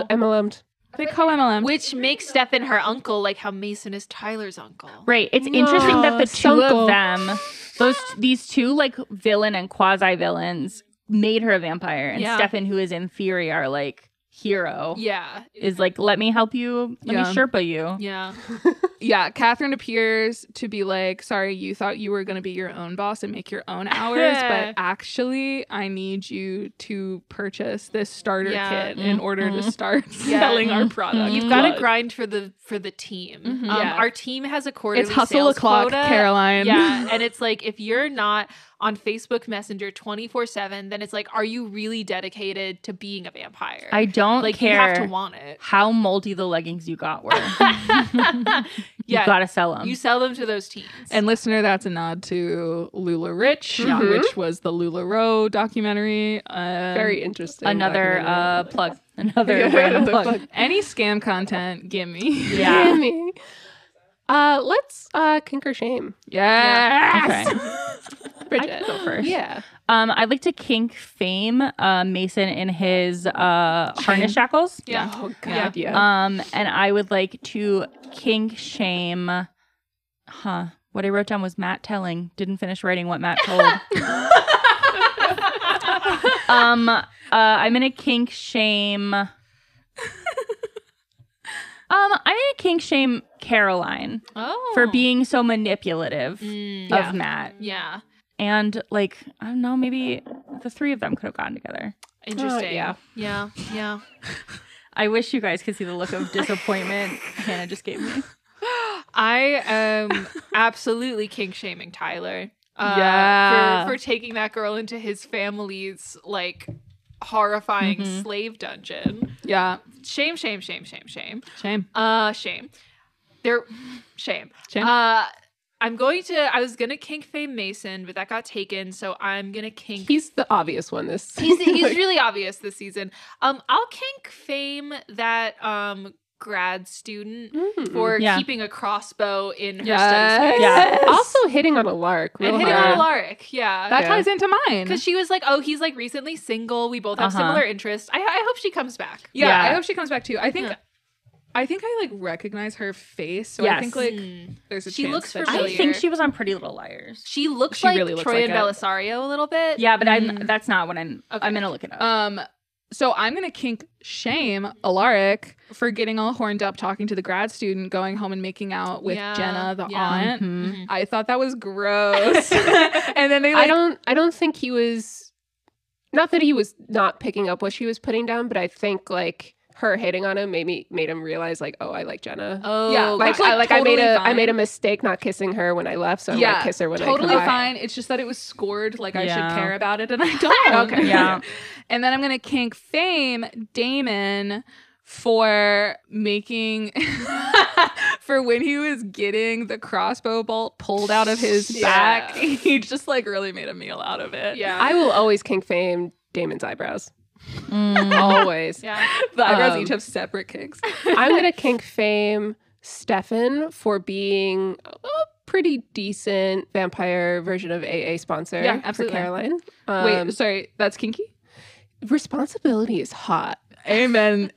S1: co MLM'd.
S3: They co-MLM.
S4: Which makes Stefan her uncle, like how Mason is Tyler's uncle.
S2: Right. It's interesting that the two
S1: Sunkle.
S2: of them, those these two like villain and quasi villains, made her a vampire, and
S3: Yeah.
S2: Stefan, who is in theory our like hero,
S3: Yeah.
S2: is like, let me help you, let
S3: Yeah.
S2: me Sherpa you.
S3: Yeah. yeah. Catherine appears to be like, sorry, you thought you were going to be your own boss and make your own hours, but actually, I need you to purchase this starter
S4: Yeah.
S3: kit in order to start
S4: Yeah.
S3: selling our product.
S4: You've got to
S3: But
S4: grind for the for the team. Um,
S3: Yeah.
S4: Our team has a quarterly
S3: It's hustle
S4: sales
S3: o'clock,
S4: quota.
S3: Caroline.
S4: Yeah, and it's like if you're not on Facebook Messenger 24/7, then it's like are you really dedicated to being a vampire?
S2: I don't
S4: like
S2: care
S4: you have to want it.
S2: how moldy the leggings you got were. You
S4: Yeah.
S2: gotta sell them.
S4: You sell them to those teams.
S3: And listener, that's a nod to Lula Rich, uh,
S1: Yeah.
S3: which was the Lula Rowe documentary. Um,
S1: Very interesting.
S2: another uh,
S1: documentary.
S2: plug. Another um,
S1: Yeah,
S2: random
S1: another
S2: plug.
S1: plug.
S3: any scam content, gimme.
S2: Yeah.
S1: Gimme. Uh, let's uh, kink or shame,
S3: Yes.
S2: Okay.
S1: Bridget.
S2: go first.
S1: Yeah.
S2: Um, I'd like to kink fame uh, Mason in his uh, harness shackles.
S4: yeah.
S1: Oh God. Yeah.
S2: Um, and I would like to kink shame. Huh. What I wrote down was Matt telling. Didn't finish writing what Matt told. um, uh, I'm gonna kink shame. Um, I'm gonna kink shame Caroline
S4: Oh.
S2: for being so manipulative
S4: Mm,
S2: of
S4: yeah.
S2: Matt,
S4: Yeah.
S2: and like I don't know, maybe the three of them could have gotten together.
S4: Interesting.
S1: yeah.
S4: Yeah. Yeah.
S2: I wish you guys could see the look of disappointment Hannah just gave me.
S4: I am absolutely king shaming Tyler. Uh,
S3: Yeah.
S4: For, for taking that girl into his family's like horrifying
S2: Mhm.
S4: slave dungeon.
S3: Yeah.
S4: Shame, shame, shame, shame, shame.
S3: Shame.
S4: Uh, shame. There, shame.
S3: Shame.
S4: Uh, I'm going to. I was gonna kink Fame Mason, but that got taken. So I'm gonna kink.
S1: He's the obvious one. This.
S4: He's he's really obvious this season. Um, I'll kink Fame that um grad student
S1: Mm.
S4: for
S2: Yeah.
S4: keeping a crossbow in her study
S3: Yes.
S4: space.
S2: Yeah.
S1: also hitting on a lark. Real
S4: and hitting
S1: hard.
S4: on Alaric, yeah.
S3: That
S1: Yeah.
S3: ties into mine.
S4: Because she was like, oh, he's like recently single. We both have
S2: Uh-huh.
S4: similar interests. I, I hope she comes back.
S3: yeah,
S2: Yeah.
S3: I hope she comes back too. I think
S4: Yeah.
S3: I think I like recognize her face. So I
S2: Yes.
S3: think like
S4: Mm.
S3: there's a
S4: She
S3: chance
S4: looks
S3: that
S4: familiar.
S2: I think she was on Pretty Little Liars.
S4: She looks
S3: She
S4: like
S3: really looks
S4: Troy
S3: like
S4: and
S3: it.
S4: Belisario a little bit.
S2: Yeah, but I'm that's not what I'm
S4: Mm-hmm. Okay.
S2: I'm gonna look it up.
S3: Um so I'm gonna kink shame Alaric for getting all horned up talking to the grad student, going home and making out with
S4: Yeah.
S3: Jenna, the
S4: Yeah.
S3: aunt.
S2: Mhm.
S4: Mhm.
S3: I thought that was gross. and then they like
S1: I don't. I don't think he was. Not that he was not picking up what she was putting down, but I think like her hitting on him maybe made him realize like, oh, I like Jenna.
S4: Oh,
S3: Yeah,
S1: like,
S3: like,
S1: I, like I made
S3: totally
S1: a I
S3: fine.
S1: made a mistake not kissing her when I left, so I'm gonna kiss her when
S3: totally
S1: I come
S3: fine. It's just that it was scored like I
S2: Yeah.
S3: should care about it, and I don't.
S1: Okay.
S2: Yeah.
S3: And then I'm gonna kink fame Damon for making for when he was getting the crossbow bolt pulled out of his
S4: Yeah.
S3: back. He just like really made a meal out of it.
S4: yeah.
S1: back. I will always kink fame Damon's eyebrows.
S2: Mm.
S1: Always.
S4: yeah.
S3: The eyebrows
S1: Um,
S3: each have separate kinks.
S1: I'm gonna kink fame Stefan for being a pretty decent vampire version of AA sponsor.
S3: Yeah,
S1: for
S3: absolutely.
S1: Caroline. Um,
S3: Wait, sorry, that's kinky.
S1: responsibility is hot.
S3: Amen.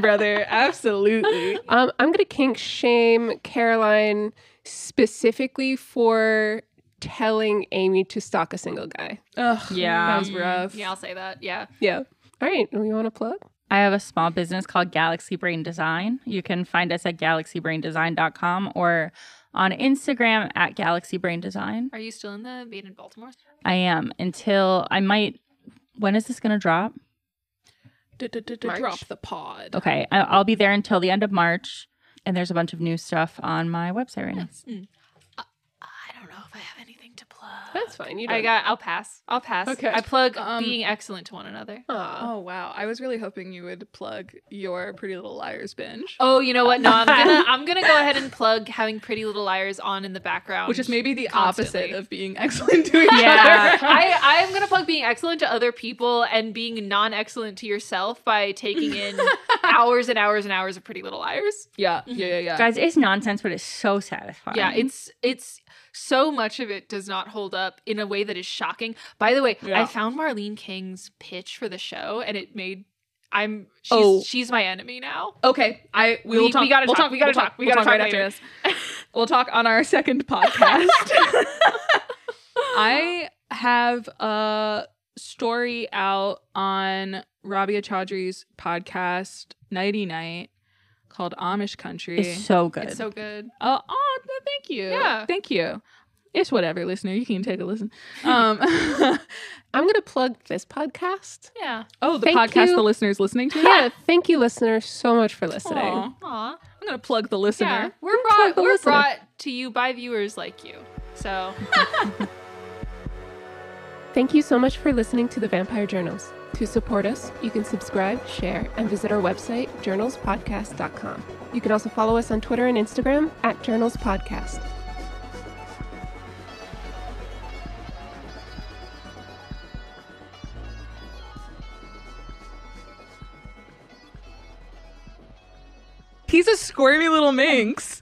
S3: brother. Absolutely.
S1: Um, I'm gonna kink shame Caroline specifically for telling Amy to stalk a single guy.
S3: Ugh,
S2: Yeah.
S3: That was rough.
S4: Mm-hmm. Yeah, I'll say that. Yeah.
S1: Yeah. All right. You want to plug?
S2: I have a small business called Galaxy Brain Design. You can find us at galaxybraindesign.com or on Instagram at Galaxy Brain Design.
S4: Are you still in the Made in Baltimore?
S2: I am until I might. When is this going to drop?
S3: Drop the pod.
S2: Okay. I- I'll be there until the end of March.
S4: Hmm.
S2: And there's a bunch of new stuff on my website right now.
S4: Mm. I I don't Uh, know if I have anything to plug. plug.
S1: That's fine. You don't.
S4: I got. I'll pass. I'll pass.
S1: Okay.
S4: I plug
S3: Um,
S4: being excellent to one another.
S1: Aw.
S3: Oh wow! I was really hoping you would plug your Pretty Little Liars binge,
S4: Oh, you know what? No, I'm gonna I'm gonna go ahead and plug having Pretty Little Liars on in the background,
S3: which is maybe the
S4: constantly.
S3: opposite of being excellent to each
S4: Yeah,
S3: other.
S4: I I am gonna plug being excellent to other people and being non excellent to yourself by taking in hours and hours and hours of Pretty Little Liars.
S3: yeah, yeah, yeah, yeah.
S2: Guys, it's nonsense, but it's so satisfying.
S4: Yeah, it's it's so much of it does not hold up in a way that is shocking. By the way,
S3: Yeah.
S4: I found Marlene King's pitch for the show, and it made I'm she's,
S3: Oh.
S4: she's my enemy now.
S3: Okay, I we will
S4: We-
S3: talk.
S4: we gotta
S3: we'll
S4: talk,
S3: talk.
S4: we gotta
S3: we'll
S4: talk, we gotta
S3: we'll
S4: talk
S3: right
S4: later.
S3: after this. We'll talk on our second podcast. I have a story out on Rabia Chaudhry's podcast Nighty Night called Amish Country.
S2: It's so good.
S4: It's so good.
S3: Oh, oh, th- thank you.
S4: Yeah.
S3: Thank you. It's whatever, listener. You can take a listen. Um,
S1: I'm going to plug this podcast.
S4: Yeah.
S3: oh, the
S1: Thank
S3: podcast
S1: you.
S3: the listener's listening to.
S1: Yeah. Thank you, listeners, so much for listening.
S3: Aw.
S4: Aw.
S3: I'm going to plug the listener.
S4: Yeah. We're
S1: plug
S4: brought
S1: the
S4: we're
S1: listener.
S4: brought to you by viewers like you. So
S1: Thank you so much for listening to the Vampire Journals. To support us, you can subscribe, share, and visit our website, journalspodcast.com. You can also follow us on Twitter and Instagram at Journals Podcast.
S3: He's a squirmy little minx.